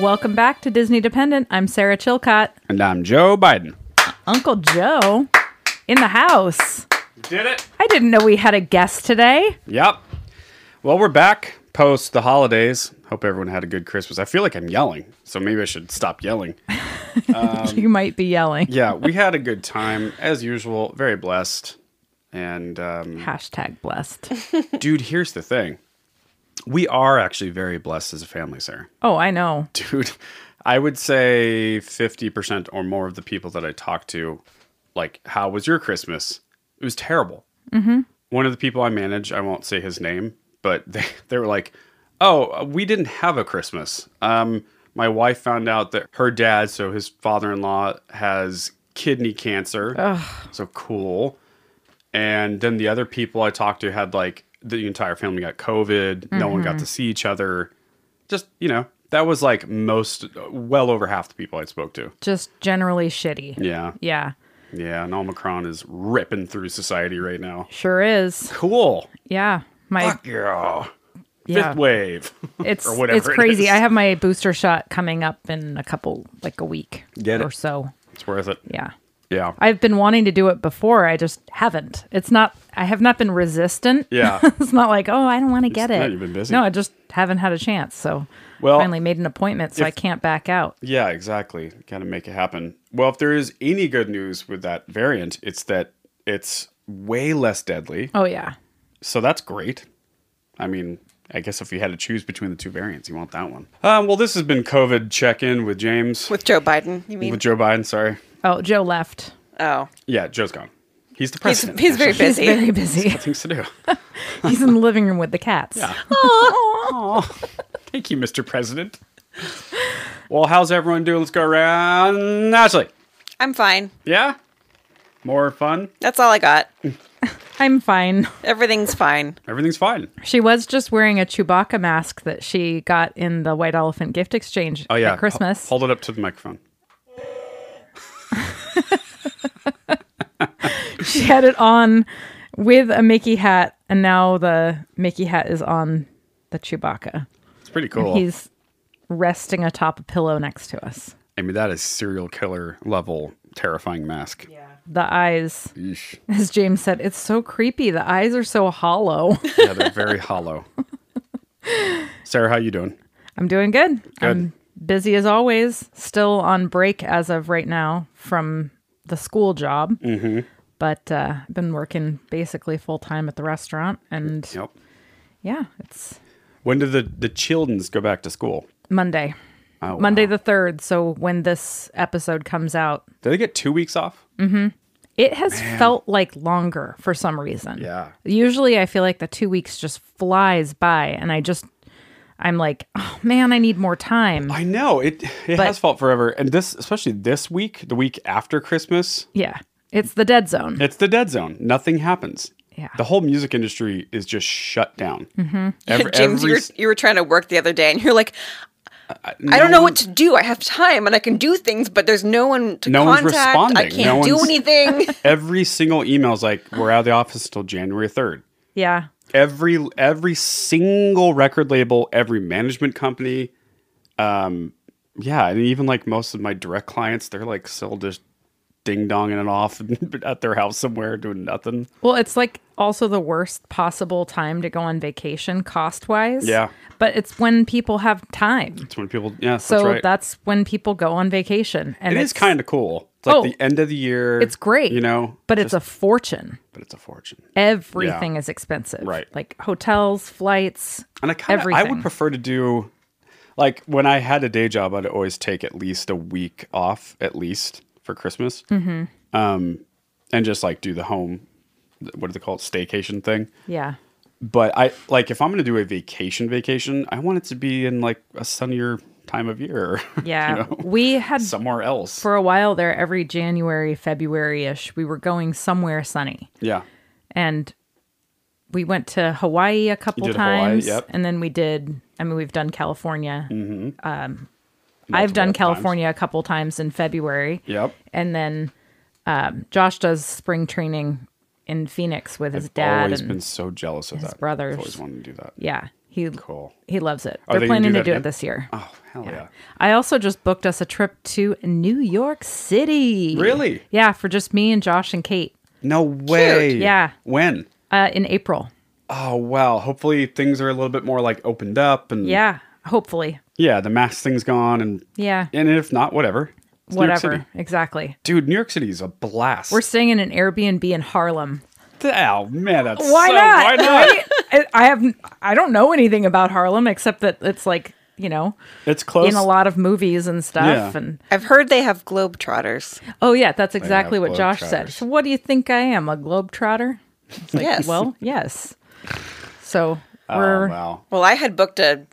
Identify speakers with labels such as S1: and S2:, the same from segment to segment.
S1: Welcome back to Disney Dependent. I'm Sarah Chilcott.
S2: And I'm Joe Biden.
S1: Uncle Joe in the house.
S2: Did it?
S1: I didn't know we had a guest today.
S2: Yep. Well, we're back post the holidays. Hope everyone had a good Christmas. I feel like I'm yelling, so maybe I should stop yelling.
S1: you might be yelling.
S2: Um, Yeah, we had a good time as usual. Very blessed. And um,
S1: Hashtag blessed.
S2: dude, here's the thing: we are actually very blessed as a family, Sarah.
S1: Oh, I know.
S2: dude i would say 50% or more of the people that i talked to like how was your christmas it was terrible mm-hmm. one of the people i manage i won't say his name but they, they were like oh we didn't have a christmas um, my wife found out that her dad so his father-in-law has kidney cancer so cool and then the other people i talked to had like the entire family got covid no one got to see each other just you know that was like most well over half the people i spoke to
S1: Just generally shitty.
S2: yeah
S1: Yeah,
S2: yeah and omicron is ripping through society right now
S1: sure is.
S2: cool
S1: Yeah. My
S2: Fuck yeah
S1: yeah.
S2: fifth wave
S1: It's
S2: or whatever
S1: it's
S2: it
S1: crazy.
S2: is.
S1: I have my booster shot coming up in a couple like a week
S2: Get it.
S1: or so.
S2: it's worth it
S1: Yeah.
S2: yeah
S1: I've been wanting to do it before. I just haven't. It's not. I have not been resistant.
S2: Yeah.
S1: it's not like oh, I don't want to get
S2: not,
S1: it.
S2: you've been busy.
S1: No, I just haven't had a chance. So
S2: Well,
S1: finally made an appointment, so I can't back out.
S2: yeah exactly gotta make it happen well if there is any good news with that variant it's that it's way less deadly
S1: Oh yeah,
S2: so that's great. I mean, I guess if you had to choose between the two variants, you want that one. Um, well, this has been COVID check in with James, with,
S3: With Joe Biden, you mean?
S2: Joe Biden. Sorry.
S1: Oh, Joe left.
S3: oh.
S2: Yeah, Joe's gone. He's the
S3: He's,
S2: president.
S3: he's very busy.
S1: He's very busy.
S2: Things to do.
S1: He's in the living room with the cats.
S2: Thank you, Mr. President. Well, how's everyone doing? Let's go around. Ashley.
S3: I'm fine.
S2: Yeah? More fun?
S3: That's all I got.
S1: I'm fine.
S3: Everything's fine.
S2: Everything's fine. Oh,
S1: She was just wearing a Chewbacca mask that she got in the White Elephant gift exchange
S2: Oh, yeah.
S1: at Christmas.
S2: Ho- hold it up to the microphone.
S1: she had it on with a Mickey hat, and now the Mickey hat is on the Chewbacca.
S2: It's pretty cool.
S1: He's resting atop a pillow next to us.
S2: I mean, that is serial killer level terrifying mask. Yeah.
S1: The eyes, as James said, it's so creepy. The eyes are so hollow.
S2: Yeah, they're very hollow. Sarah, how you doing?
S1: I'm doing good. I'm busy as always. Still on break as of right now from the school job. Mm-hmm. But uh, I've been working basically full time at the restaurant, and
S2: Yep.
S1: yeah, it's
S2: When do the the childrens go back to school?
S1: Monday,
S2: Oh, wow.
S1: Monday the third. So when this episode comes out,
S2: Do they get two weeks off?
S1: Mm. It has felt like longer for some reason.
S2: Yeah.
S1: Usually I feel like the 2 weeks just flies by and I just I'm like, "Oh man, I need more time."
S2: I know it. It
S1: But-
S2: has felt forever, and this, especially this week, the week after Christmas,
S1: yeah. It's the dead zone.
S2: it's the dead zone. Nothing happens.
S1: Yeah.
S2: The whole music industry is just shut down. Mm-hmm. Every,
S3: James, you,
S2: every,
S3: were, you were trying to work the other day, and you're like,
S2: no
S3: I don't know what to do. I have time, and I can do things, but there's no one to
S2: No one's
S3: contact. I
S2: responding.
S3: can't
S2: No
S3: do
S2: one's-
S3: anything.
S2: every single email is like, "We're out of the office until January 3rd.
S1: Yeah.
S2: every every single record label, every management company, um, yeah, and even like most of my direct clients, they're like still just ding donging it off at their house somewhere doing nothing.
S1: Well, it's like also the worst possible time to go on vacation cost-wise.
S2: Yeah.
S1: But it's when people have time.
S2: It's when people, yeah,
S1: So
S2: that's
S1: that's,
S2: right.
S1: when people go on vacation and
S2: it
S1: it's
S2: is kind of cool. It's like
S1: Oh,
S2: the end of the year.
S1: it's great.
S2: you know,
S1: but it's a fortune.
S2: but it's a fortune.
S1: Everything is expensive.
S2: Right.
S1: Like hotels, flights,
S2: And I kind of I would
S1: Everything.
S2: prefer to do like when I had a day job, I'd always take at least a week off at least for Christmas, mm-hmm. um, and just like do the home, what do they call it, staycation thing.
S1: yeah.
S2: But I like if I'm gonna do a vacation, vacation, I want it to be in like a sunnier time of year. you
S1: Yeah.
S2: know,
S1: We had
S2: somewhere else.
S1: for a while there every January, February ish, we were going somewhere sunny.
S2: yeah,
S1: And we went to Hawaii a couple
S2: did Hawaii,
S1: times.
S2: yep.
S1: And then we did I mean we've done California. Mm-hmm. Um I've done
S2: times.
S1: California a couple times in February.
S2: yep.
S1: And then um, Josh does spring training in Phoenix with his
S2: I've
S1: dad
S2: always
S1: and
S2: been so jealous of that. I've
S1: brothers.
S2: always wanted to do that.
S1: yeah. He
S2: Cool.
S1: he loves it.
S2: Are
S1: They're
S2: they gonna
S1: planning to
S2: do that
S1: do
S2: again?
S1: it this year.
S2: Oh hell yeah!
S1: I also just booked us a trip to New York City.
S2: Really?
S1: Yeah, for just me and Josh and Kate.
S2: No way.
S1: Yeah.
S2: When?
S1: Uh, in April.
S2: Oh wow. Hopefully things are a little bit more like opened up and
S1: Yeah, hopefully.
S2: yeah, the mask thing's gone and
S1: Yeah.
S2: and if not, whatever. It's New York
S1: Whatever.
S2: City.
S1: Exactly.
S2: Dude, New York City is a blast.
S1: We're staying in an Airbnb in Harlem.
S2: oh man, that's
S1: Why
S2: so-
S1: not?
S2: Why not?
S1: I, I have I don't know anything about Harlem except that it's like, you know,
S2: it's close.
S1: in a lot of movies and stuff
S2: Yeah.
S1: and
S3: I've heard they have globetrotters.
S1: Oh yeah, that's exactly
S2: have
S1: what Josh said.
S2: globetrotters.
S1: So what do you think I am, a globetrotter? It's like,
S3: Yes.
S1: Well, yes. So
S2: Oh,
S1: we're
S2: wow.
S3: Well, I had booked a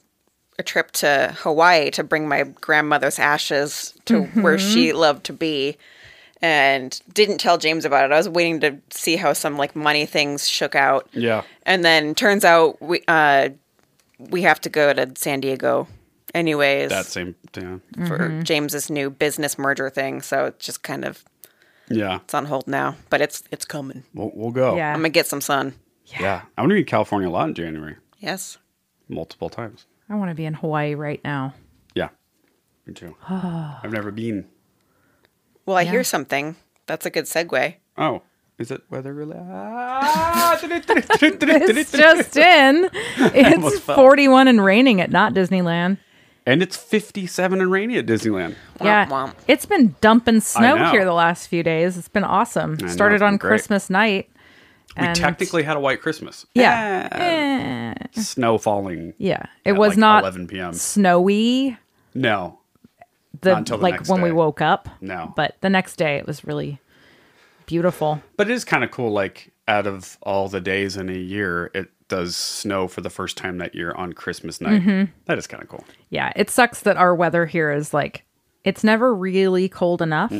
S3: a trip to Hawaii to bring my grandmother's ashes to
S2: Mm-hmm.
S3: where she loved to be and didn't tell James about it. I was waiting to see how some like money things shook out.
S2: Yeah.
S3: And then turns out we uh we have to go to San Diego anyways
S2: That same yeah.
S3: for
S1: Mm-hmm.
S3: James's new business merger thing. So it's just kind of
S2: Yeah.
S3: it's on hold now, but it's it's coming.
S2: We'll, we'll go.
S1: Yeah.
S3: I'm going to get some sun.
S2: Yeah. I'm gonna be in California a lot in January.
S3: Yes.
S2: Multiple times.
S1: I want to be in Hawaii right now.
S2: Yeah. Me too. I've never been.
S3: Well, I hear something. That's a good segue.
S2: Oh. Is it weather related?
S1: It's just in. It's
S2: almost fell.
S1: 41 and raining at not Disneyland.
S2: And it's 57 and rainy at Disneyland.
S3: Womp
S1: yeah.
S3: womp.
S1: It's been dumping snow
S2: know.
S1: here the last few days. It's been awesome.
S2: know,
S1: Started
S2: it's been
S1: on
S2: great.
S1: Christmas night.
S2: we
S1: and-
S2: technically had a white Christmas.
S1: Yeah. Eh,
S2: Eh, Snow falling.
S1: Yeah. It
S2: At,
S1: was
S2: like,
S1: not
S2: 11 p.m..
S1: snowy
S2: No.
S1: the,
S2: Not until the
S1: like
S2: next
S1: when we
S2: day.
S1: woke up.
S2: No.
S1: But the next day it was really beautiful.
S2: But it is kind of cool. Like, out of all the days in a year, it does snow for the first time that year on Christmas night.
S1: Mm-hmm.
S2: That is kind of cool.
S1: Yeah, it sucks that our weather here is like it's never really cold enough.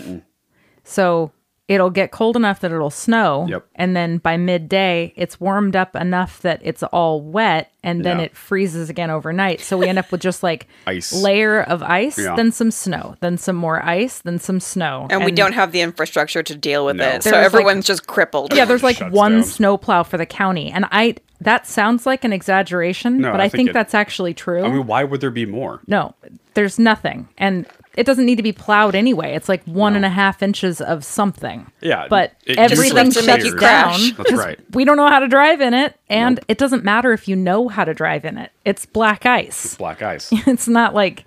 S1: So it'll get cold enough that it'll snow.
S2: Yep.
S1: And then by midday, it's warmed up enough that it's all wet and then
S2: Yeah.
S1: it freezes again overnight. So we end up with just like
S2: Ice.
S1: layer of ice,
S2: Yeah.
S1: then some snow, then some more ice, then some snow.
S3: and, we don't have the infrastructure to deal with
S2: No.
S3: it. So
S1: There's, like-
S3: everyone's just crippled.
S1: Yeah, there's like
S2: Shuts
S1: one
S2: down.
S1: snowplow for the county. And I that sounds like an exaggeration,
S2: No,
S1: but I,
S2: I
S1: think,
S2: think it-
S1: that's actually true.
S2: I mean, why would there be more?
S1: No, there's nothing. And it doesn't need to be plowed anyway. It's like one and a half inches of something.
S2: Yeah,
S1: But
S2: it just
S1: everything
S2: lets it
S1: shuts
S2: make you
S1: down.
S3: crash.
S2: That's
S1: 'cause
S2: right.
S1: We don't know how to drive in it. And it doesn't matter if you know how to drive in it. It's black ice.
S2: Black ice.
S1: It's not like.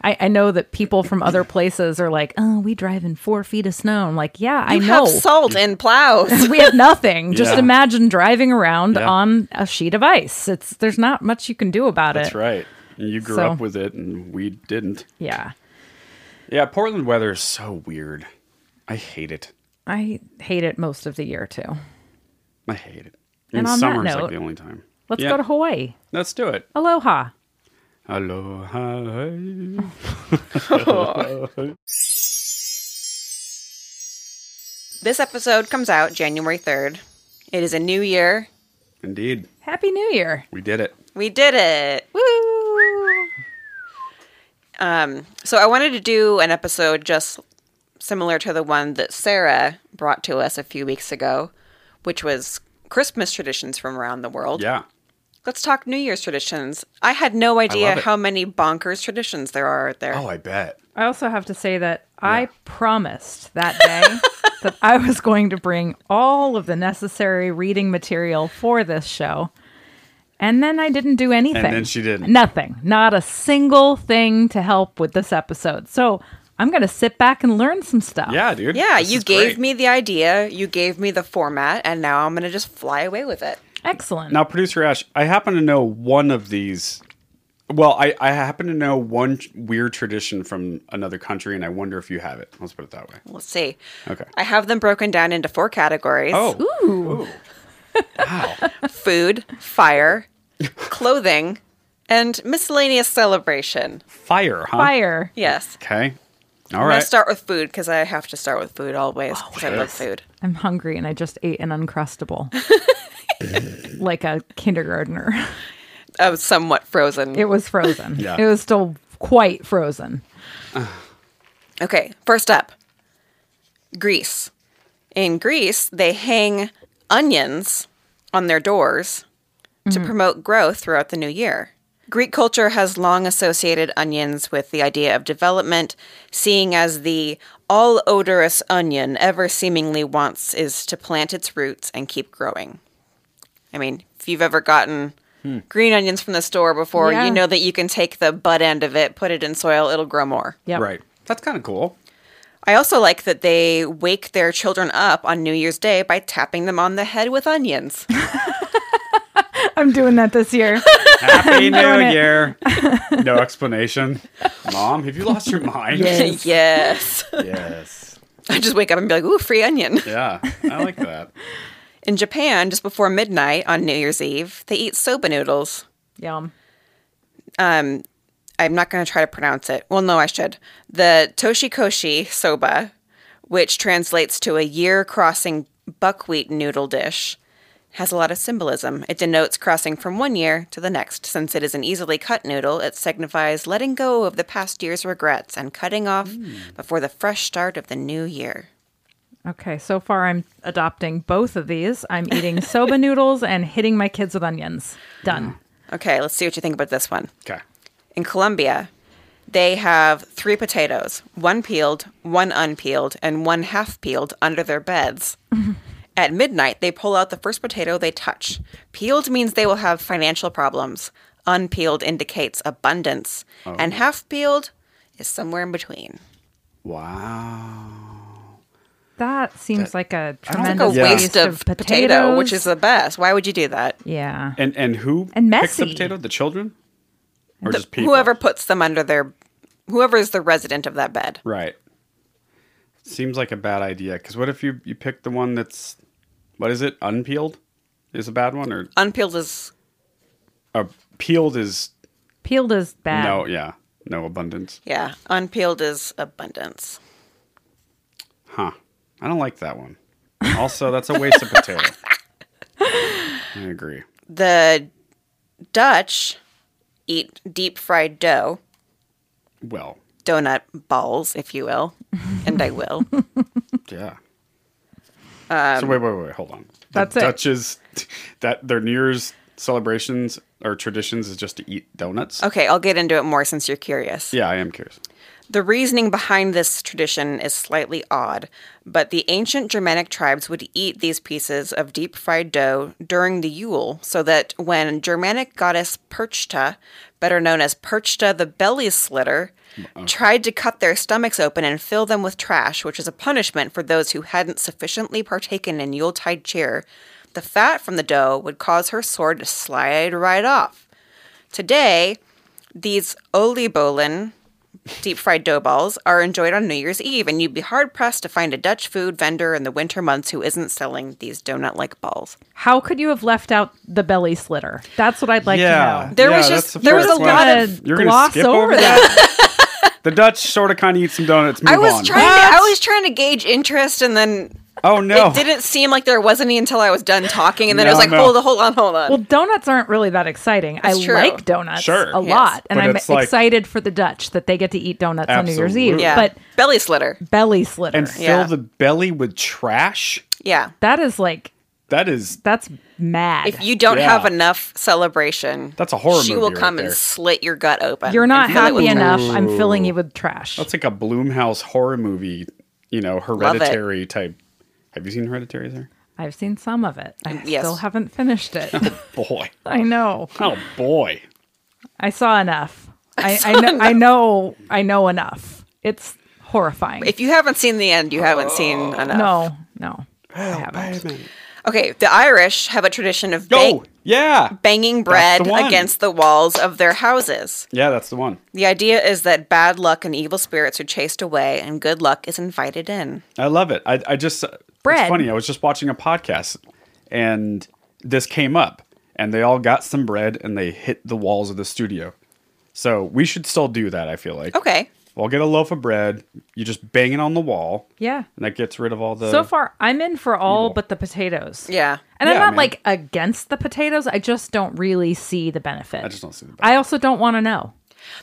S1: I, I know that people from other places are like, oh, we drive in four feet of snow. I'm like, yeah, I
S3: You
S1: know. Mm.
S3: have salt and plows.
S1: we have nothing. Just
S2: Yeah.
S1: imagine driving around
S2: Yeah.
S1: on a sheet of ice. It's there's not much you can do about
S2: That's
S1: it.
S2: right. You grew
S1: So-
S2: up with it, and we didn't.
S1: Yeah.
S2: Yeah, Portland weather is so weird. I hate it.
S1: I hate it most of the year too.
S2: I hate it.
S1: And on that
S2: summer's
S1: note,
S2: like the only time.
S1: Let's
S2: Yeah,
S1: go to Hawaii.
S2: Let's do it.
S1: Aloha.
S2: Aloha.
S3: this episode comes out January 3rd. It is a new year.
S2: Indeed,
S1: Happy New Year.
S2: we did it.
S3: We did it. Woo! Um, so I wanted to do an episode just similar to the one that Sarah brought to us a few weeks ago, which was Christmas traditions from around the world.
S2: Yeah.
S3: Let's talk New Year's traditions. I had no idea
S2: it. Oh,
S3: how many bonkers traditions there are out there.
S2: I bet.
S1: I also have to say that I promised that day that I was going to bring all of the necessary reading material for this show. And then I didn't do anything.
S2: then she didn't.
S1: Nothing. Not a single thing to help with this episode. So I'm going to sit back and learn some stuff.
S2: Yeah, dude.
S3: Yeah,
S2: This
S3: you
S2: is
S3: gave
S2: great.
S3: me the idea, you gave me the format, and now I'm going to just fly away with it.
S1: Excellent.
S2: Now, producer Ash, I happen to know one of these. Well, I, I happen to know one tr- weird tradition from another country, and I wonder if you have it. Let's put it that way.
S3: Let's see.
S2: Okay.
S3: I have them broken down into four categories
S2: Oh.
S1: Ooh.
S2: Wow.
S3: food, fire, clothing, and miscellaneous celebration.
S2: Fire, huh?
S1: Fire.
S3: Yes.
S2: Okay. All
S3: I'm going
S2: right. Oh,
S3: to start with food because I have to start with food always because I love food.
S1: I'm hungry and I just ate an Uncrustable. like a kindergartner.
S3: I was somewhat frozen.
S1: It was frozen.
S2: Yeah.
S1: It was still quite frozen.
S3: Okay, first up Greece. In Greece, they hang onions on their doors to promote growth throughout the new year. Greek culture has long associated onions with the idea of development, seeing as the all odorous onion ever seemingly wants is to plant its roots and keep growing. I mean, if you've ever gotten green onions from the store before,
S1: Yeah.
S3: you know that you can take the butt end of it, put it in soil, it'll grow more.
S1: Yep.
S2: Right. That's kind of cool.
S3: I also like that they wake their children up on New Year's Day by tapping them on the head with onions.
S1: I'm doing that this year.
S2: Happy New
S1: doing it.
S2: Year. No explanation. Mom, have you lost your mind?
S1: Yes.
S3: yes.
S2: Yes.
S3: I just wake up and be like, ooh, free onion.
S2: Yeah, I like that.
S3: In Japan, just before midnight on New Year's Eve, they eat soba noodles.
S1: Yum.
S3: Um, I'm not going to try to pronounce it. Well, no, I should. The Toshikoshi soba, which translates to a year crossing buckwheat noodle dish, has a lot of symbolism. It denotes crossing from one year to the next. Since it is an easily cut noodle, it signifies letting go of the past year's regrets and cutting off before the fresh start of the new year.
S1: Okay, so far I'm adopting both of these. I'm eating soba noodles and hitting my kids with onions. Done.
S3: Okay, let's see what you think about this one.
S2: Okay.
S3: In Colombia, they have three potatoes one peeled, one unpeeled, and one half peeled under their beds. At midnight, they pull out the first potato they touch. Peeled means they will have financial problems, unpeeled indicates abundance, and half peeled is somewhere in between.
S2: Wow.
S1: That seems like a
S2: don't think
S1: tremendous
S3: Like a
S2: Yeah.
S3: waste of potato, which is the best. Why would you do that?
S1: yeah.
S2: And and who
S1: And
S2: picks the
S1: messy.
S2: potato? The children? Or just people?
S3: Whoever puts them under their, whoever is the resident of that bed.
S2: Right. Seems like a bad idea. Because what if you, you pick the one that's, what is it, unpeeled? Is a bad one? Or
S3: Unpeeled is
S2: uh, peeled is,
S1: Peeled is bad.
S2: no, yeah, no abundance.
S3: Yeah, unpeeled is abundance.
S2: Huh. I don't like that one. Also, that's a waste of potato. I agree.
S3: The Dutch eat deep fried dough,
S2: Well,
S3: donut balls, if you will, and I will.
S2: yeah.
S3: Um,
S2: so wait, wait, wait, hold on. The
S1: That's it.
S2: Dutch's that their New Year's celebrations or traditions is just to eat donuts.
S3: Okay, I'll get into it more since you're curious.
S2: Yeah, I am curious.
S3: The reasoning behind this tradition is slightly odd, but the ancient Germanic tribes would eat these pieces of deep fried dough during the Yule so that when Germanic goddess Perchta, better known as Perchta the Belly Slitter, tried to cut their stomachs open and fill them with trash, which is a punishment for those who hadn't sufficiently partaken in Yuletide cheer, the fat from the dough would cause her sword to slide right off. Today, these olibolin deep fried dough balls are enjoyed on New Year's Eve, and you'd be hard pressed to find a Dutch food vendor in the winter months who isn't selling these donut like balls.
S1: How could you have left out the belly slitter? That's what I'd like to know.
S3: There was
S2: that's
S3: just-
S2: the
S3: there was
S2: first
S3: a lot
S2: one.
S1: of gloss over
S2: that. the Dutch sort of kind of eat some donuts. Move
S3: I was
S2: on.
S3: trying to I was trying to gauge interest and then
S2: Oh no!
S3: it didn't seem like there was any until I was done talking and then it
S2: No,
S3: was like,
S2: no.
S3: hold on, hold on, hold on.
S1: Well, donuts aren't really that exciting. I
S3: That's true.
S1: like donuts
S2: Sure.
S1: a
S2: Yes.
S1: lot, and
S2: But
S1: I'm
S2: it's like-
S1: excited for the Dutch that they get to eat donuts on New Year's Eve.
S2: Absolutely.
S3: yeah.
S1: But
S3: belly slitter.
S1: belly slitter.
S2: and fill
S3: Yeah.
S2: the belly with trash.
S3: Yeah.
S1: that is like
S2: That is
S1: that's mad.
S3: If you don't
S2: Yeah.
S3: have enough celebration,
S2: That's a horror
S3: She
S2: movie
S3: will
S2: right
S3: come and
S2: there.
S3: slit your gut open.
S1: You're
S3: and
S1: not
S3: fill it with
S1: happy
S3: trash.
S1: enough. I'm filling you with trash.
S2: that's like a Bloomhouse horror movie. You know,
S3: it.
S2: hereditary type. Have you seen Hereditary? There,
S1: I've seen some of it. I
S3: yes.
S1: still haven't finished it.
S2: boy.
S1: I know.
S2: Oh boy.
S1: I saw enough. I, I, know, I know. I know enough. It's horrifying.
S3: If you haven't seen the end, you haven't seen
S2: Oh.
S3: enough.
S1: no, no, I haven't.
S3: Okay, the Irish have a tradition of bang-
S2: Go. Yeah.
S3: banging bread
S2: the one.
S3: against the walls of their houses.
S2: Yeah, that's the one.
S3: The idea is that bad luck and evil spirits are chased away and good luck is invited in.
S2: I love it. I, I just
S1: Bread.
S2: It's funny. I was just watching a podcast, and this came up, and they all got some bread and they hit the walls of the studio. So we should still do that. I feel like.
S3: Okay.
S2: We'll get a loaf of bread. You just bang it on the wall.
S1: Yeah.
S2: And that gets rid of all the.
S1: So far, I'm in for all
S2: Evil.
S1: but the potatoes.
S3: Yeah.
S1: And I'm
S2: Yeah,
S1: not
S2: man.
S1: like against the potatoes. I just don't really see the benefit.
S2: I just don't see the
S1: I also don't want to know.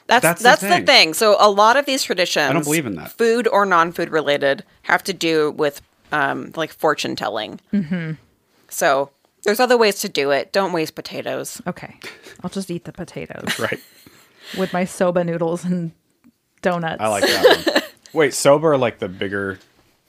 S3: That's that's,
S2: That's the
S3: the, thing.
S2: thing.
S3: So a lot of these traditions
S2: believe in that.
S3: Food or non-food Mm-hmm. related have to do with um like fortune telling. Mhm. So There's other ways to do it. Don't waste potatoes.
S1: Okay. I'll just eat the potatoes
S2: Right.
S1: with my soba noodles and donuts.
S2: I like that one. Wait, soba are like the bigger,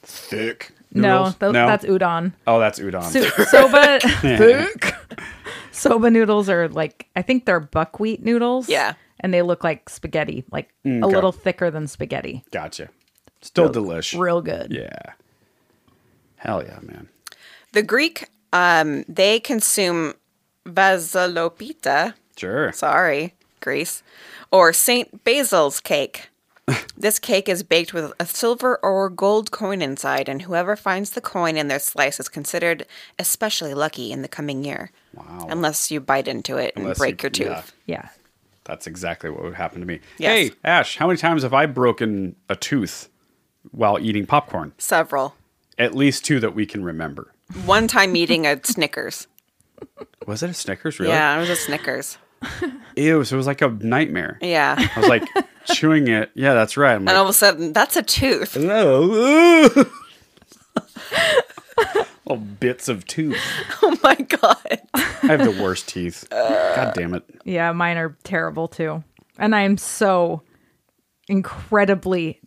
S2: thick.
S1: No,
S2: noodles?
S1: tho- that's udon.
S2: Oh, that's udon.
S1: So- soba soba noodles are like I think they're buckwheat noodles.
S3: Yeah.
S1: And they look like spaghetti, like a
S2: Mm, okay.
S1: little thicker than spaghetti.
S2: Gotcha. Still delish.
S1: Real good.
S2: Yeah. Hell yeah, man.
S3: The Greek, um, they consume basilopita.
S2: Sure.
S3: Sorry, Greece. Or St. Basil's cake. this cake is baked with a silver or gold coin inside, and whoever finds the coin in their slice is considered especially lucky in the coming year.
S2: Wow.
S3: Unless you bite into it and
S2: Unless
S3: break
S2: you-
S3: your tooth.
S2: yeah.
S1: Yeah.
S2: That's exactly what would happen to me.
S3: Yes.
S2: Hey, Ash, how many times have I broken a tooth while eating popcorn?
S3: Several.
S2: At least two that we can remember.
S3: One time eating a Snickers.
S2: Was it a Snickers? Really?
S3: Yeah, it was a Snickers.
S2: Ew. So it was like a nightmare.
S3: Yeah.
S2: I was like chewing it. Yeah, that's right. I'm
S3: And all
S2: like,
S3: of a sudden, that's a tooth.
S2: no. Little bits of tooth.
S3: Oh my God.
S2: I have the worst teeth. God damn it.
S1: Yeah, mine are terrible too. And I'm so incredibly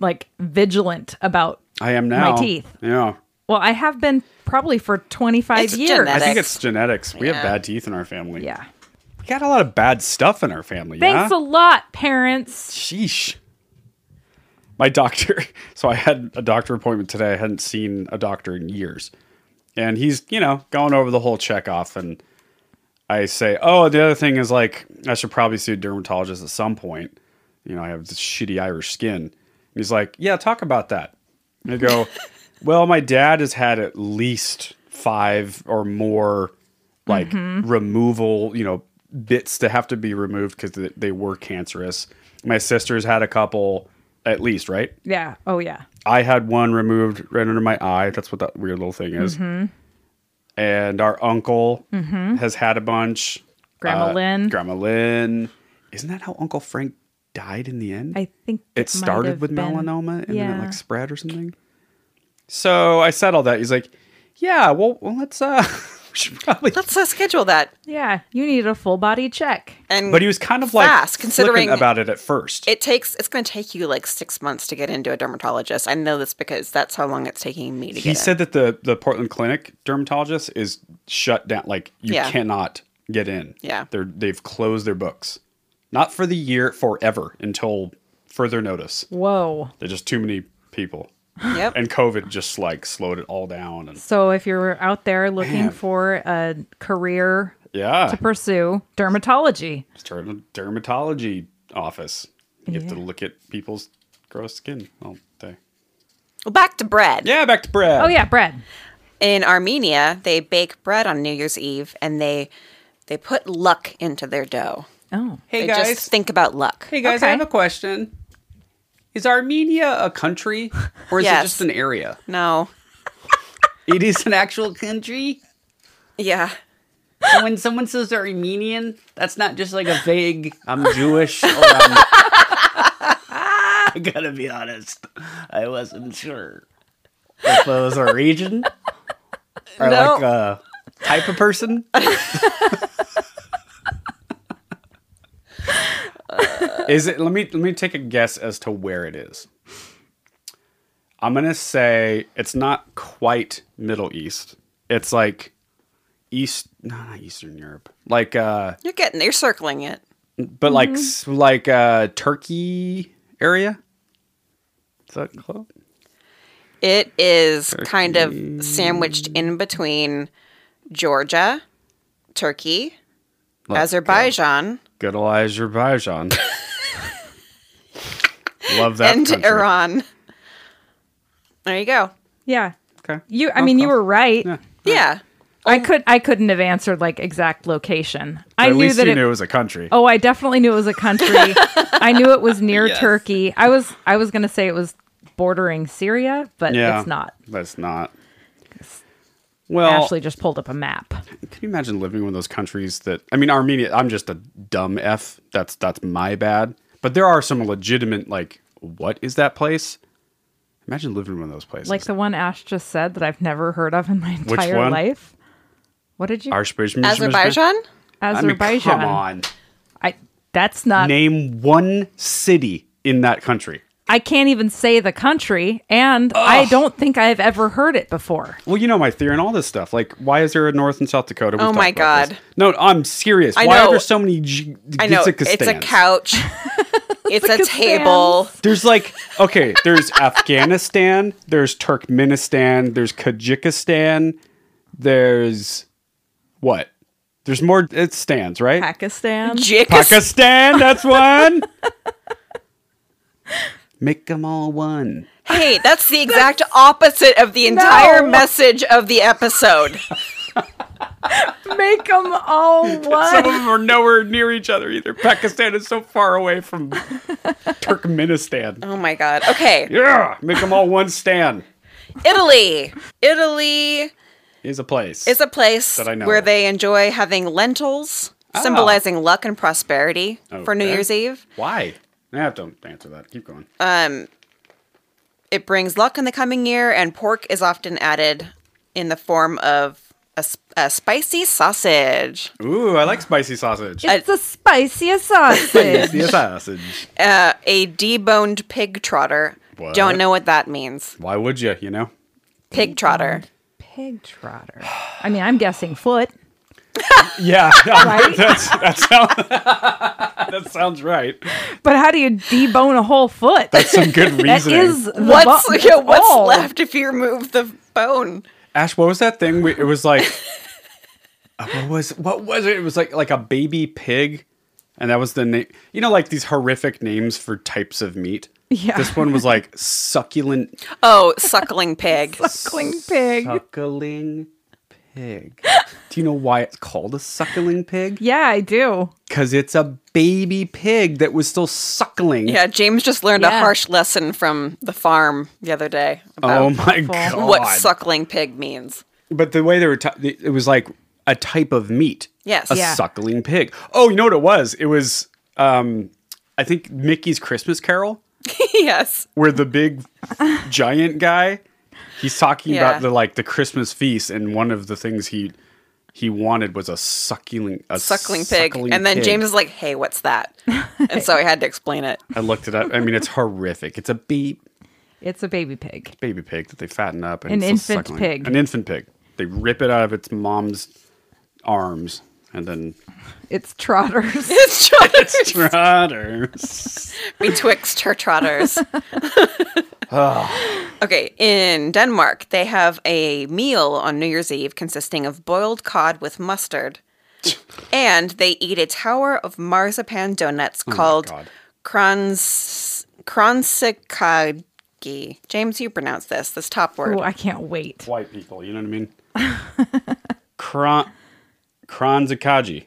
S1: like vigilant about
S2: I am now.
S1: teeth.
S2: Yeah.
S1: well, I have been probably for 25
S3: It's
S1: years.
S2: I think
S3: genetic.
S2: it's genetics. We
S3: Yeah.
S2: have bad teeth in our family.
S1: Yeah.
S2: We got a lot of bad stuff in our family.
S1: Thanks
S2: yeah?
S1: a lot, parents.
S2: Sheesh. My doctor. So I had a doctor appointment today. I hadn't seen a doctor in years. And he's, you know, going over the whole check off. And I say, oh, the other thing is like, I should probably see a dermatologist at some point. You know, I have this shitty Irish skin. And he's like, yeah, talk about that. And I go, well, my dad has had at least five or more like removal, you know, bits that have to be removed because they, they were cancerous. My sister's had a couple, at least, right?
S1: Yeah. Oh, yeah.
S2: I had one removed right under my eye. That's what that weird little thing is.
S1: Mm-hmm.
S2: And our uncle has had a bunch. Uh,
S1: Grandma Lynn.
S2: Grandma Lynn. Isn't that how Uncle Frank died in the end?
S1: I think
S2: it,
S1: might have
S2: started with
S1: been-
S2: melanoma and then
S1: yeah.
S2: it like spread or something. So I said all that. He's like, "Yeah, well, well let's uh, we should probably."
S3: Let's uh, schedule that.
S1: Yeah, you need a full body check.
S3: And
S2: But he was kind of like
S3: Fast, considering-
S2: flippant about it at first.
S3: it takes it's going to take you like six months to get into a dermatologist i know this because that's how long it's taking me to
S2: he
S3: get
S2: said that the the Portland Clinic dermatologist is shut down. Like you
S3: Yeah.
S2: cannot get in.
S3: Yeah.
S2: they're they've closed their books, not for the year, forever until further notice.
S1: Whoa.
S2: There's just too many people,
S3: in. yep
S2: and COVID just like slowed it all down. And
S1: So if you're out there looking
S2: Man.
S1: for a career
S2: yeah,
S1: to pursue, dermatology.
S2: start a dermatology office. You have to look at people's gross skin all day.
S3: well back to bread
S2: Yeah, back to bread.
S1: Oh yeah, bread.
S3: in armenia they bake bread on new year's eve and they they put luck into their dough
S1: Oh.
S2: Hey
S3: they just think about luck
S2: hey
S1: guys, I Okay. have a
S2: question. Is Armenia a country or
S3: is it Yes. just an
S2: area?
S3: no
S2: It is an actual country.
S3: yeah
S4: And when someone says they're Armenian, that's not just like a vague "I'm Jewish" or I'm... I gotta be honest, I wasn't sure if it was a region or
S3: No.
S4: like a type of person.
S2: Is it let me let me take a guess as to where it is. I'm going to say it's not quite Middle East. It's like East no, not Eastern Europe. Like uh
S3: you're getting you're circling it
S2: but like
S1: Mm-hmm.
S2: s like uh Turkey area? Is that close?
S3: it is kind of sandwiched in between georgia turkey
S2: Look,
S3: azerbaijan
S2: Good old Azerbaijan. Love that.
S3: and
S2: country.
S3: iran there you go
S1: Yeah.
S2: Okay.
S1: You I mean you were right.
S2: Oh, Yeah.
S3: yeah
S1: I could I couldn't have answered like exact location. I
S2: At
S1: knew
S2: least
S1: that
S2: you
S1: it,
S2: knew it was a country.
S1: Oh, I definitely knew it was a country. I knew it was near Turkey. I was I was going to say it was bordering Syria, but
S2: yeah.
S1: it's not.
S2: That's not. Well,
S1: Ashley just pulled up a map.
S2: Can you imagine living in one of those countries that I mean Armenia I'm just a dumb F. That's that's my bad. But there are some legitimate like what is that place? Imagine living in one of those places.
S1: Like the one Ash just said that I've never heard of in my
S2: Which
S1: entire
S2: one?
S1: life. What did you?
S2: Azerbaijan.
S3: Azerbaijan?
S2: I mean,
S1: Azerbaijan.
S2: come on.
S1: I that's not.
S2: Name one city in that country.
S1: I can't even say the country, and I don't think I've ever heard it before.
S2: Well, you know my theory on all this stuff. Like, why is there a North and South Dakota? We've
S3: Oh
S2: talked
S3: my
S2: about
S3: God.
S2: this. No, I'm serious.
S3: I
S2: why
S3: know.
S2: are there so many? G-
S3: I know. It's a
S2: Gizakistans?
S3: couch. it's a table.
S2: There's like okay. There's Afghanistan. There's Turkmenistan. There's Tajikistan. There's what? There's more. It stands right.
S1: Pakistan.
S3: Jickus.
S2: Pakistan. That's one. Make them all one.
S3: Hey, that's the exact opposite of the entire
S1: No.
S3: message of the episode.
S1: Make them all
S2: Some of
S1: one.
S2: them are nowhere near each other either. Pakistan is so far away from Turkmenistan.
S3: Oh my god. Okay.
S2: Yeah, make them all one stand.
S3: Italy. Italy
S2: Is a place.
S3: is a place
S2: That I know
S3: where
S2: of. Ah.
S3: they enjoy having lentils, symbolizing luck and prosperity for New
S2: Okay.
S3: Year's Eve. Uh,
S2: Why? Nah, don't answer that. Keep going.
S3: It brings luck in the coming year, and pork is often added in the form of a, s- a spicy sausage.
S2: Ooh, I like spicy sausage.
S1: It's the spiciest sausage.
S2: Spicy sausage.
S3: Uh, a deboned pig trotter.
S2: What?
S3: Don't know what that means.
S2: Why would you? You know.
S3: Pig trotter.
S1: Pig trotter. I mean, I'm guessing foot.
S2: Yeah,
S1: Right?
S2: that's, that sounds that sounds right.
S1: But how do you debone a whole foot?
S2: That's some good
S1: That
S2: reasoning.
S1: is the
S3: What's
S1: bo- oh.
S3: yeah, what's
S1: all.
S3: left if you remove the bone?
S2: Ash, what was that thing? We, it was like, uh, what was what was it? It was like like a baby pig, and that was the name. You know, like these horrific names for types of meat.
S1: Yeah.
S2: This one was like succulent
S3: Oh, suckling pig.
S1: Suckling pig.
S2: Suckling pig. Do you know why it's called a suckling pig?
S1: Yeah, I do.
S2: Because it's a baby pig that was still suckling.
S3: Yeah, James just learned a
S1: Yeah.
S3: harsh lesson from the farm the other day
S2: Oh
S3: about
S2: my god!
S3: what suckling pig means.
S2: But the way they were, t- it was like a type of meat.
S3: Yes.
S2: a
S1: Yeah.
S2: suckling pig. Oh, you know what it was? It was, um, I think Mickey's Christmas Carol,
S3: yes.
S2: where the big giant guy, he's talking
S3: Yeah.
S2: about the like the Christmas feast, and one of the things he he wanted was a suckling a
S3: Suckling pig.
S2: suckling
S3: and then
S2: pig.
S3: James is like, hey, what's that? And so I had to explain it.
S2: I looked it up. I mean, it's horrific. It's a baby
S1: It's a baby pig.
S2: baby pig that they fatten up. And
S1: An
S2: it's still
S1: infant pig.
S2: An infant pig. They rip it out of its mom's arms and then
S1: It's trotters.
S3: It's just
S2: trotters.
S3: betwixt her trotters. okay, in Denmark, they have a meal on New Year's Eve consisting of boiled cod with mustard. and they eat a tower of marzipan donuts called
S2: Oh God.
S3: krans kransikagi. James, you pronounce this, this top word.
S1: Oh, I can't wait.
S2: White people, you know what I mean? Kron Kronzakaji.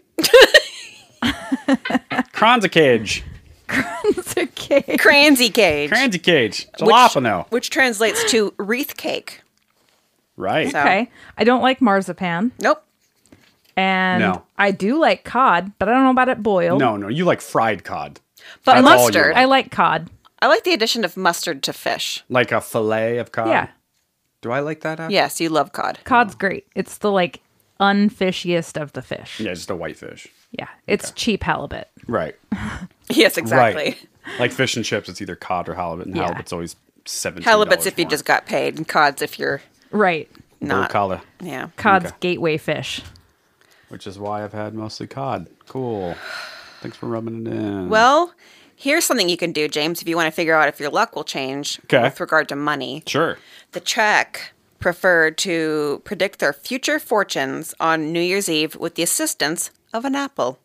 S2: Kronzakage.
S1: It's a cake.
S3: Kranzy cage.
S2: Kronzakage.
S3: which-
S2: Jalapeno.
S3: Which translates to wreath cake.
S2: Right.
S3: So-
S1: Okay. I don't like marzipan,
S3: Nope.
S1: and
S2: No.
S1: I do like cod, but I don't know about it boiled.
S2: No, no, you like fried cod.
S3: But
S2: That's all you
S3: mustard.
S1: I
S3: I,
S1: like cod.
S3: I like the addition of mustard to fish.
S2: Like a fillet of cod.
S1: Yeah,
S2: Do I like that? Ash?
S3: Yes, you love cod.
S1: cod's great. It's the like unfishiest of the fish. Yeah,
S2: Yeah, just a white fish.
S1: it's cheap halibut.
S2: Right.
S3: Yes, exactly.
S2: Right. Like fish and chips, it's either cod or halibut, and
S1: Yeah.
S2: halibut's always seventeen.
S3: Halibut's if you just got paid, and cod's if you're
S1: Right,
S2: blue
S3: not.
S2: collar,
S3: Yeah.
S1: cod's
S2: Okay.
S1: gateway fish.
S2: which is why I've had mostly cod. Cool. Thanks for rubbing it in.
S3: Well, here's something you can do, James, if you want to figure out if your luck will change
S2: Okay.
S3: with regard to money.
S2: sure.
S3: The Czech prefer to predict their future fortunes on New Year's Eve with the assistance of an apple.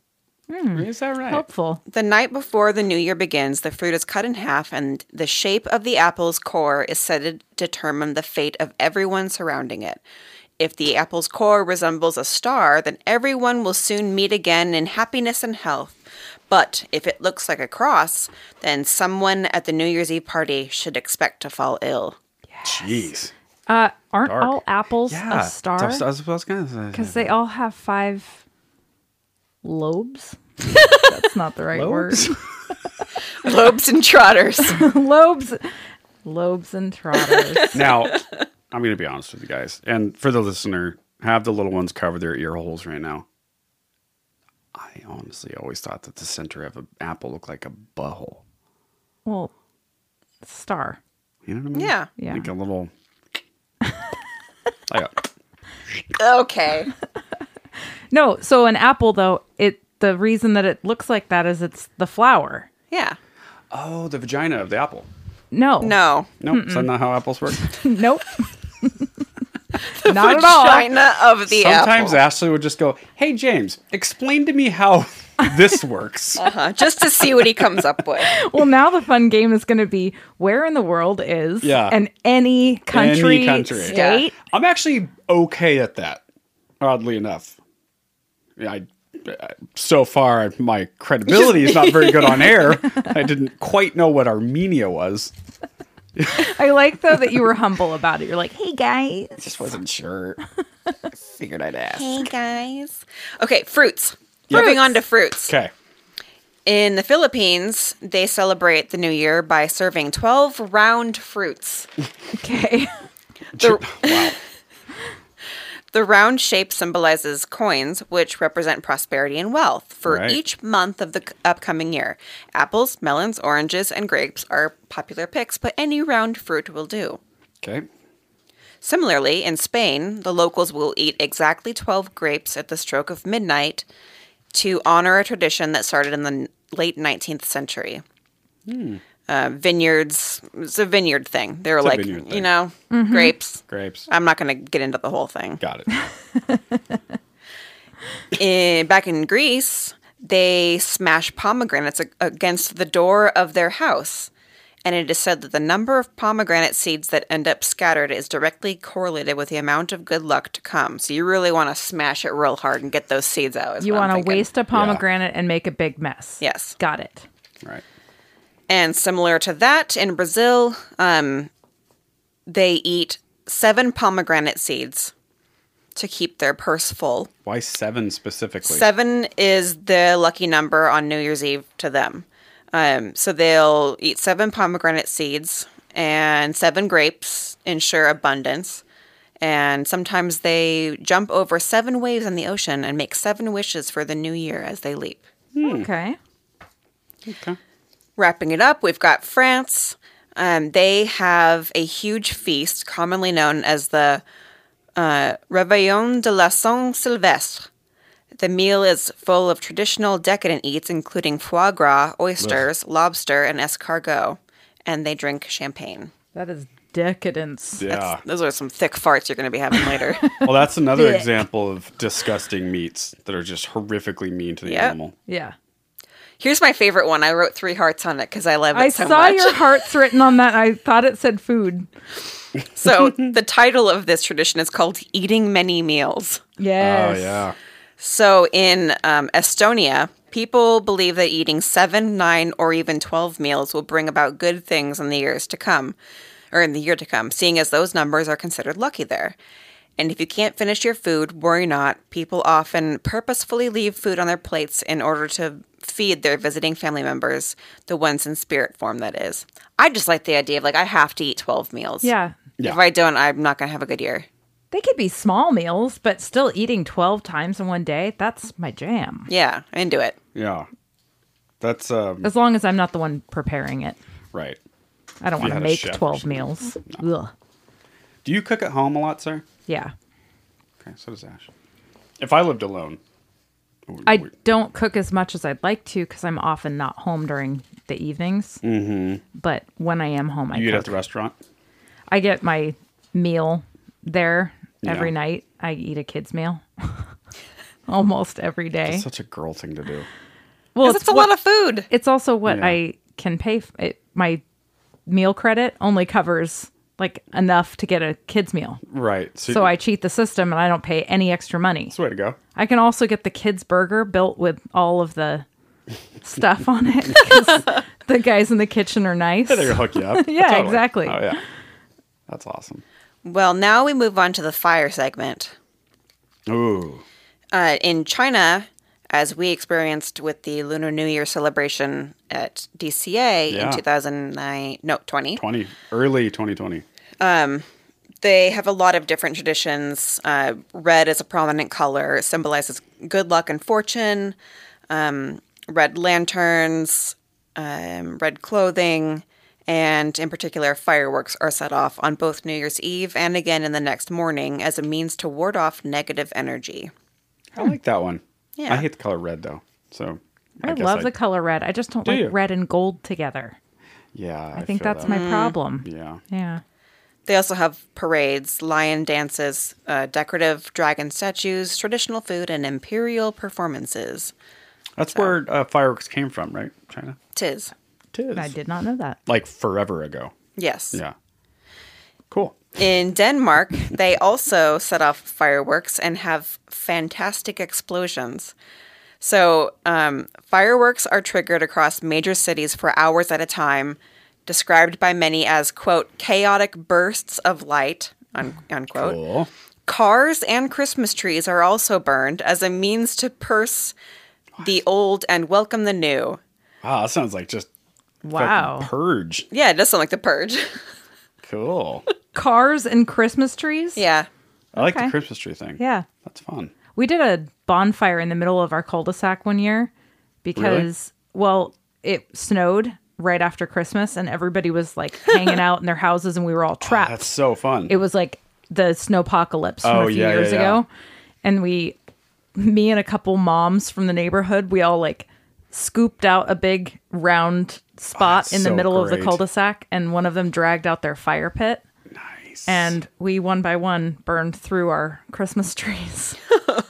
S2: Is that right?
S1: Helpful.
S3: The night before the new year begins, the fruit is cut in half, and the shape of the apple's core is said to determine the fate of everyone surrounding it. If the apple's core resembles a star, then everyone will soon meet again in happiness and health. But if it looks like a cross, then someone at the New Year's Eve party should expect to fall ill.
S2: Jeez.
S1: Uh, aren't
S2: Dark.
S1: all apples a star?
S2: That's- that's what I was gonna say.
S1: Because they all have five lobes. That's not the right
S2: Lobes?
S1: word.
S3: Lobes and trotters.
S1: lobes, lobes and trotters.
S2: Now, I'm gonna be honest with you guys, and for the listener have the little ones cover their ear holes right now. I honestly always thought that the center of an apple looked like a butthole.
S1: Well, star.
S2: You know what I mean?
S3: Yeah.
S1: Yeah.
S2: Like a little. like a-
S3: Okay.
S1: No, so an apple though, it the reason that it looks like that is it's the flower.
S3: Yeah.
S2: oh, the vagina of the apple.
S1: No.
S3: No.
S2: No, nope, is that not how apples work?
S1: Nope. Not at all.
S3: Vagina of the
S2: Sometimes
S3: apple.
S2: Ashley would just go, "Hey James, explain to me how this works."
S3: Uh-huh. Just to see what he comes up with.
S1: Well, now the fun game is going to be where in the world is
S2: Yeah.
S1: and any country,
S2: country.
S1: state.
S2: I'm actually okay at that, oddly enough. Yeah, I, I- so far, my credibility is not very good on air. I didn't quite know what Armenia was.
S1: I like though that you were humble about it. You're like, "Hey guys,
S2: Just wasn't sure. Figured I'd ask.
S3: Hey guys. Okay, fruits.
S2: Yeah.
S3: Moving on to fruits.
S2: Okay.
S3: In the Philippines, they celebrate the new year by serving 12 round fruits.
S1: okay,
S3: The,
S2: Wow.
S3: the round shape symbolizes coins, which represent prosperity and wealth for
S2: Right.
S3: each month of the c- upcoming year. Apples, melons, oranges, and grapes are popular picks, but any round fruit will do.
S2: Okay.
S3: Similarly, in Spain, the locals will eat exactly 12 grapes at the stroke of midnight to honor a tradition that started in the n- late 19th century. Uh, vineyards, it's a vineyard thing. They're
S2: Hmm. a
S3: like,
S2: vineyard
S3: you
S2: thing.
S3: know, grapes.
S2: Grapes.
S3: I'm not going to get into the whole thing.
S2: Got it.
S3: In, back in Greece, they smash pomegranates ag- against the door of their house. And it is said that the number of pomegranate seeds that end up scattered is directly correlated with the amount of good luck to come. So you really want to smash it real hard and get those seeds out. is
S1: you
S3: what I'm
S1: want to
S3: thinking.
S1: waste a pomegranate and make a big mess."
S3: Yes.
S1: Got it.
S2: Right.
S3: And similar to that, in Brazil, um, they eat seven pomegranate seeds to keep their purse full.
S2: Why seven specifically?
S3: Seven is the lucky number on New Year's Eve to them. Um, so they'll eat seven pomegranate seeds and seven grapes, ensure abundance. And sometimes they jump over seven waves in the ocean and make seven wishes for the new year as they leap.
S2: Hmm.
S1: Okay.
S2: Okay.
S3: Wrapping it up, we've got France. Um, they have a huge feast, commonly known as the uh, Réveillon de la Saint Sylvestre. The meal is full of traditional decadent eats, including foie gras, oysters, lobster, and escargot, and they drink champagne.
S1: That is decadence.
S2: Yeah.
S3: Those are some thick farts you're going to be having later.
S2: Well, that's another
S1: Blech.
S2: example of disgusting meats that are just horrifically mean to the
S3: Yep.
S2: animal.
S1: Yeah.
S3: Here's my favorite one. I wrote three hearts on it because I love it
S1: I
S3: so
S1: saw
S3: much.
S1: your hearts written on that. I thought it said food.
S3: so the title of this tradition is called "Eating Many Meals."
S1: Yes.
S2: Oh yeah.
S3: So in um, Estonia, people believe that eating seven, nine, or even 12 meals will bring about good things in the years to come, or in the year to come, seeing as those numbers are considered lucky there. And if you can't finish your food, worry not. People often purposefully leave food on their plates in order to feed their visiting family members, the ones in spirit form, that is. I just like the idea of like, I have to eat 12 meals.
S1: Yeah.
S2: Yeah.
S3: If I don't, I'm not going to have a good year.
S1: They could be small meals, but still eating 12 times in one day. That's my jam.
S3: Yeah, I'm into it.
S2: Yeah. That's um
S1: As long as I'm not the one preparing it.
S2: right.
S1: I don't want to
S2: had a
S1: make
S2: chef or
S1: 12
S2: something.
S1: meals. Ugh.
S2: Do you cook at home a lot, sir?
S1: Yeah.
S2: Okay, so does Ash. If I lived alone,
S1: I don't cook as much as I'd like to because I'm often not home during the evenings. Mm-hmm. But when I am home, I
S2: you eat
S1: cook.
S2: at the restaurant.
S1: I get my meal there every
S2: Yeah.
S1: night. I eat a kid's meal almost every day.
S2: It's such a girl thing to do.
S1: Well,
S3: Because it's a
S1: what-
S3: lot of food.
S1: it's also what
S2: Yeah.
S1: I can pay. F- it, my meal credit only covers like enough to get a kid's meal.
S2: Right.
S1: So I cheat the system and I don't pay any extra money.
S2: That's the way to go.
S1: I can also get the kids burger built with all of the stuff on it because the guys in the kitchen are nice.
S2: They're gonna hook you up.
S1: Yeah, exactly.
S2: Oh yeah. That's awesome.
S3: Well, now we move on to the fire segment.
S2: Ooh.
S3: Uh, in China, as we experienced with the Lunar New Year celebration at DCA
S2: Yeah.
S3: in 2009, no, 20,
S2: Twenty. Early twenty twenty.
S3: They have a lot of different traditions. Uh, red is a prominent color, it symbolizes good luck and fortune. Um, red lanterns, um, red clothing, and in particular, fireworks are set off on both New Year's Eve and again in the next morning as a means to ward off negative energy.
S2: I like that one.
S3: Yeah.
S2: I hate the color red though. So
S1: I,
S2: guess
S1: love the color red. I just don't like
S2: you?
S1: red and gold together.
S2: Yeah,
S1: I, think
S2: feel
S1: that's
S2: that.
S1: my problem.
S2: Yeah.
S1: Yeah.
S3: They also have parades, lion dances, uh, decorative dragon statues, traditional food, and imperial performances.
S2: That's where uh, fireworks came from, right? China.
S3: Tis.
S2: Tis.
S1: I did not know that.
S2: Like forever ago.
S3: Yes.
S2: Yeah. Cool.
S3: In Denmark, they also set off fireworks and have fantastic explosions. So, um, fireworks are triggered across major cities for hours at a time, described by many as, quote, chaotic bursts of light, un-
S1: Oh.
S3: unquote.
S2: Cool.
S3: Cars and Christmas trees are also burned as a means to purse the old and welcome the new.
S2: Wow, that sounds like just fucking
S1: Wow.
S2: purge.
S3: Yeah, it does sound like the purge.
S2: Cool.
S1: Cars and Christmas trees?
S3: yeah.
S2: I like
S1: Okay.
S2: the Christmas tree thing.
S1: Yeah.
S2: That's fun.
S1: We did a bonfire in the middle of our cul-de-sac one year because well, it snowed right after Christmas and everybody was like hanging out in their houses and we were all trapped.
S2: Oh, That's so fun.
S1: it was like the snowpocalypse from
S2: Oh,
S1: a few
S2: yeah, yeah,
S1: years
S2: yeah.
S1: ago and we me and a couple moms from the neighborhood we all like scooped out a big round spot
S2: that's
S1: in the
S2: so
S1: middle of
S2: great.
S1: the cul-de-sac and one of them dragged out their fire pit
S2: nice.
S1: and we one by one burned through our christmas trees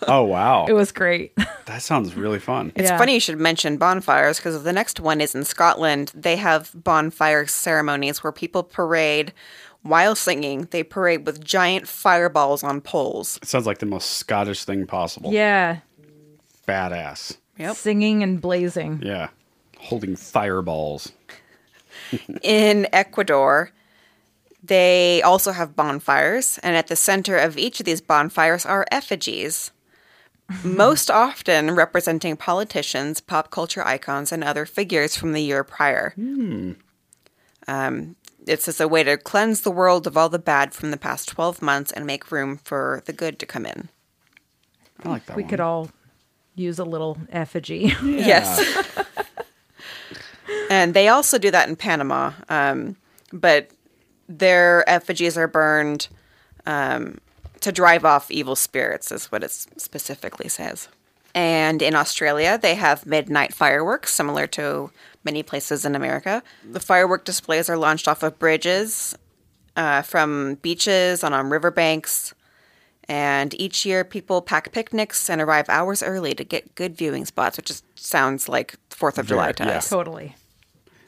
S2: oh wow.
S1: it was great
S2: that sounds really fun.
S3: It's
S1: Yeah.
S3: funny you should mention bonfires because the next one is in Scotland. They have bonfire ceremonies where people parade while singing. They parade with giant fireballs on poles.
S2: It sounds like the most Scottish thing possible.
S1: yeah
S2: Badass.
S3: Yep.
S1: singing and blazing
S2: Yeah. Holding fireballs.
S3: In Ecuador, they also have bonfires, and at the center of each of these bonfires are effigies, most often representing politicians, pop culture icons, and other figures from the year prior. Um, it's as a way to cleanse the world of all the bad from the past 12 months and make room for the good to come in.
S2: I like that
S1: we
S2: one.
S1: could all use a little effigy
S3: Yes. and they also do that in Panama, um, but their effigies are burned um, to drive off evil spirits, is what it s- specifically says. And in Australia, they have midnight fireworks, similar to many places in America. The firework displays are launched off of bridges, uh, from beaches, and on riverbanks. And each year, people pack picnics and arrive hours early to get good viewing spots, which just sounds like Fourth of July to
S2: yeah.
S3: us.
S1: totally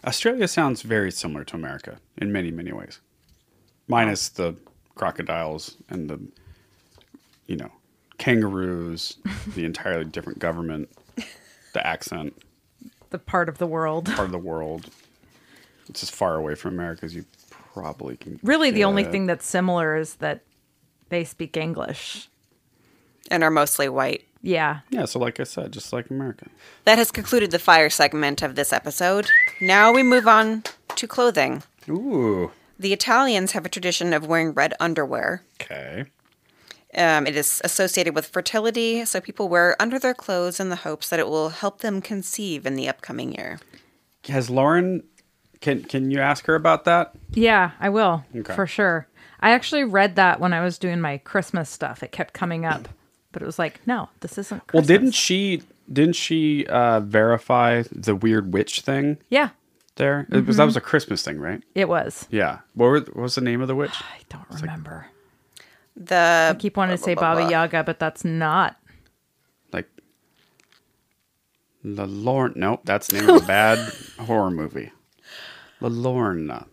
S2: Australia sounds very similar to America in many, many ways, minus the crocodiles and the, you know, kangaroos, the entirely different government, the accent,
S1: the part of the world
S2: part of the world. It's as far away from America as you probably can.
S1: really the only
S2: get.
S1: thing that's similar is that they speak english
S3: And are mostly white.
S1: yeah
S2: Yeah, so like I said, just like America.
S3: That has concluded the fire segment of this episode. Now we move on to clothing.
S2: Ooh.
S3: The Italians have a tradition of wearing red underwear.
S2: Okay.
S3: Um, it is associated with fertility, so people wear under their clothes in the hopes that it will help them conceive in the upcoming year.
S2: Has Lauren? Can can you ask her about that?
S1: yeah i will
S2: Okay.
S1: for sure i actually read that when i was doing my christmas stuff it kept coming up but it was like no this isn't
S2: Well,
S1: christmas.
S2: didn't she? Didn't she uh, verify the weird witch thing?
S1: yeah
S2: there. It was that
S1: Mm-hmm.
S2: was a Christmas thing, right?
S1: it was
S2: Yeah. What, were, what was the name of the witch?
S1: i don't remember
S3: The
S1: i keep wanting to say
S3: blah, blah,
S1: baba
S3: blah.
S1: yaga but that's not
S2: Like La Lorna. Nope, that's the name of a bad horror movie. La Lorna.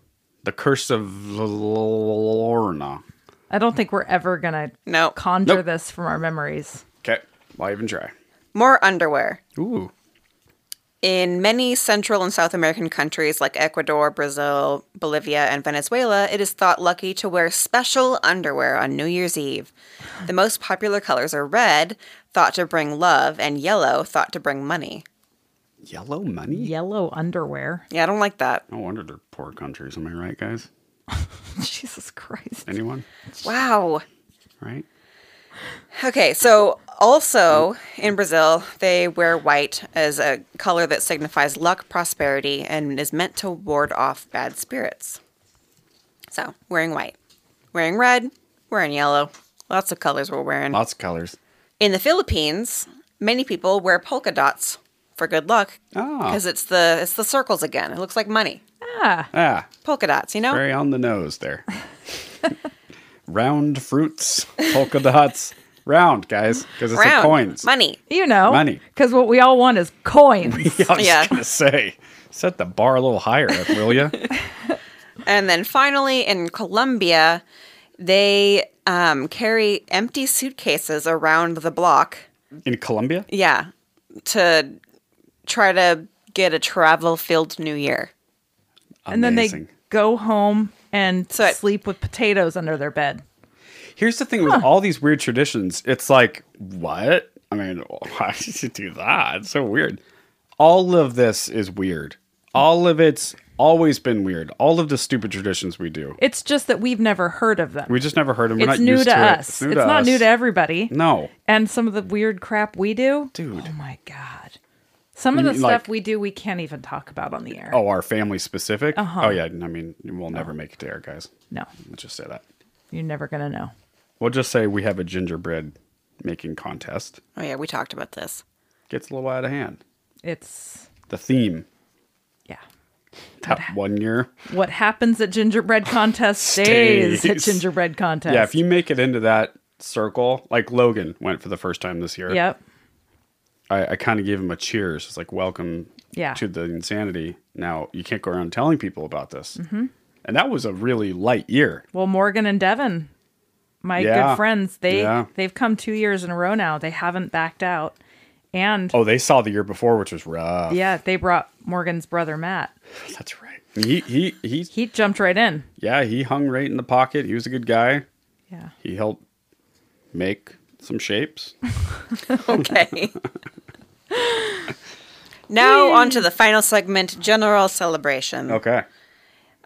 S2: The Curse of La Lorna.
S1: i don't think we're ever gonna
S3: No.
S1: conjure
S2: Nope.
S1: this from our memories
S2: Okay. Why even try?
S3: More underwear.
S2: Ooh.
S3: In many Central and South American countries like Ecuador, Brazil, Bolivia, and Venezuela, it is thought lucky to wear special underwear on New Year's Eve. The most popular colors are red, thought to bring love, and yellow, thought to bring money.
S2: Yellow money?
S1: yellow underwear
S3: Yeah, I don't like that.
S2: No wonder they're poor countries. Am I right, guys?
S1: jesus Christ.
S2: Anyone?
S3: Wow.
S2: Right?
S3: Okay, so also in Brazil, they wear white as a color that signifies luck, prosperity, and is meant to ward off bad spirits. So, wearing white, wearing red, wearing yellow, lots of colors we're wearing.
S2: Lots of colors.
S3: In the Philippines, many people wear polka dots for good luck
S2: Ah,
S3: because it's the it's the circles again. It looks like money.
S1: Ah,
S2: ah,
S3: Polka dots, you know?
S2: very on the nose there. round fruits, polka dots, round guys, because it's
S3: Round
S2: a coins.
S3: money.
S1: you know,
S2: Money.
S1: Because what we all want is coins.
S2: Yeah, I was
S3: Yeah.
S2: gonna say, set the bar a little higher, will you?
S3: And then finally, in Colombia, they um, carry empty suitcases around the block.
S2: In Colombia,
S3: Yeah, to try to get a travel filled new year.
S1: and then they
S2: Amazing.
S1: go home and
S3: So it-
S1: sleep with potatoes under their bed.
S2: Here's the thing with all these weird traditions. It's like, what? I mean, why did you do that? It's so weird. All of this is weird. All of it's always been weird. All of the stupid traditions we do.
S1: It's just that we've never heard of them.
S2: We just never heard them. We're
S1: it's
S2: not
S1: new
S2: used
S1: to,
S2: to, it.
S1: us. It's, not
S2: us.
S1: new to everybody.
S2: No.
S1: And some of the weird crap we do.
S2: Dude.
S1: Oh my God. Some of
S2: You
S1: the
S2: mean,
S1: stuff
S2: like-
S1: we do, we can't even talk about on the air.
S2: Oh, our family specific?
S1: Uh-huh.
S2: Oh, yeah. I mean, we'll never
S1: Oh.
S2: make it to air, guys.
S1: No,
S2: Let's just say that.
S1: you're never going to know.
S2: We'll just say we have a gingerbread making contest.
S3: Oh, yeah, we talked about this.
S2: Gets a little out of hand.
S1: It's,
S2: The theme
S1: yeah.
S2: that one year.
S1: What happens at gingerbread contest stays, at
S2: Stays.
S1: gingerbread contest.
S2: Yeah, if you make it into that circle, like Logan went for the first time this year.
S1: Yep.
S2: I, I kind of gave him a cheers. It's like welcome
S1: Yeah.
S2: to the insanity. Now you can't go around telling people about this.
S1: Mm-hmm.
S2: And that was a really light year.
S1: Well, Morgan and Devin, my
S2: Yeah.
S1: good friends, they
S2: Yeah.
S1: they've come two years in a row now. They haven't backed out, and
S2: Oh, they saw the year before, which was rough.
S1: yeah, they brought Morgan's brother Matt.
S2: That's right. He he he.
S1: He jumped right in.
S2: Yeah, he hung right in the pocket. He was a good guy.
S1: Yeah,
S2: He helped make some shapes.
S3: Okay. now, on to the final segment general celebration.
S2: Okay.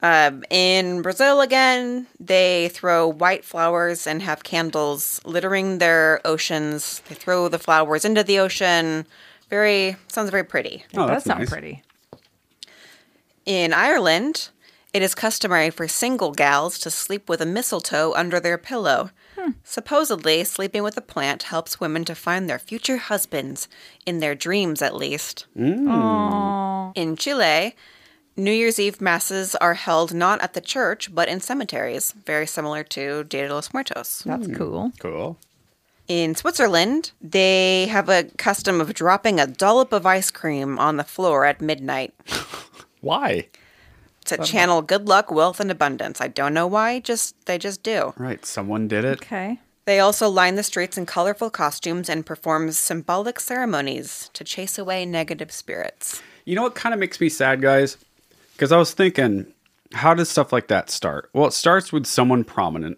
S3: Um, in Brazil, again, they throw white flowers and have candles littering their oceans. They throw the flowers into the ocean. Very, sounds very pretty.
S2: Oh,
S1: that
S2: that's
S1: sounds
S2: nice.
S1: pretty.
S3: In Ireland, it is customary for single gals to sleep with a mistletoe under their pillow. Supposedly, sleeping with a plant helps women to find their future husbands, in their dreams at least. In Chile, New Year's Eve masses are held not at the church, but in cemeteries, very similar to Dia de los Muertos.
S2: Hmm.
S1: That's cool.
S2: Cool.
S3: In Switzerland, they have a custom of dropping a dollop of ice cream on the floor at midnight
S2: Why?
S3: to channel good luck, wealth, and abundance. I don't know why, just they just do.
S2: Right. Someone did it.
S1: Okay.
S3: They also line the streets in colorful costumes and perform symbolic ceremonies to chase away negative spirits.
S2: You know what kind of makes me sad, guys? Because I was thinking, how does stuff like that start? Well, it starts with someone prominent.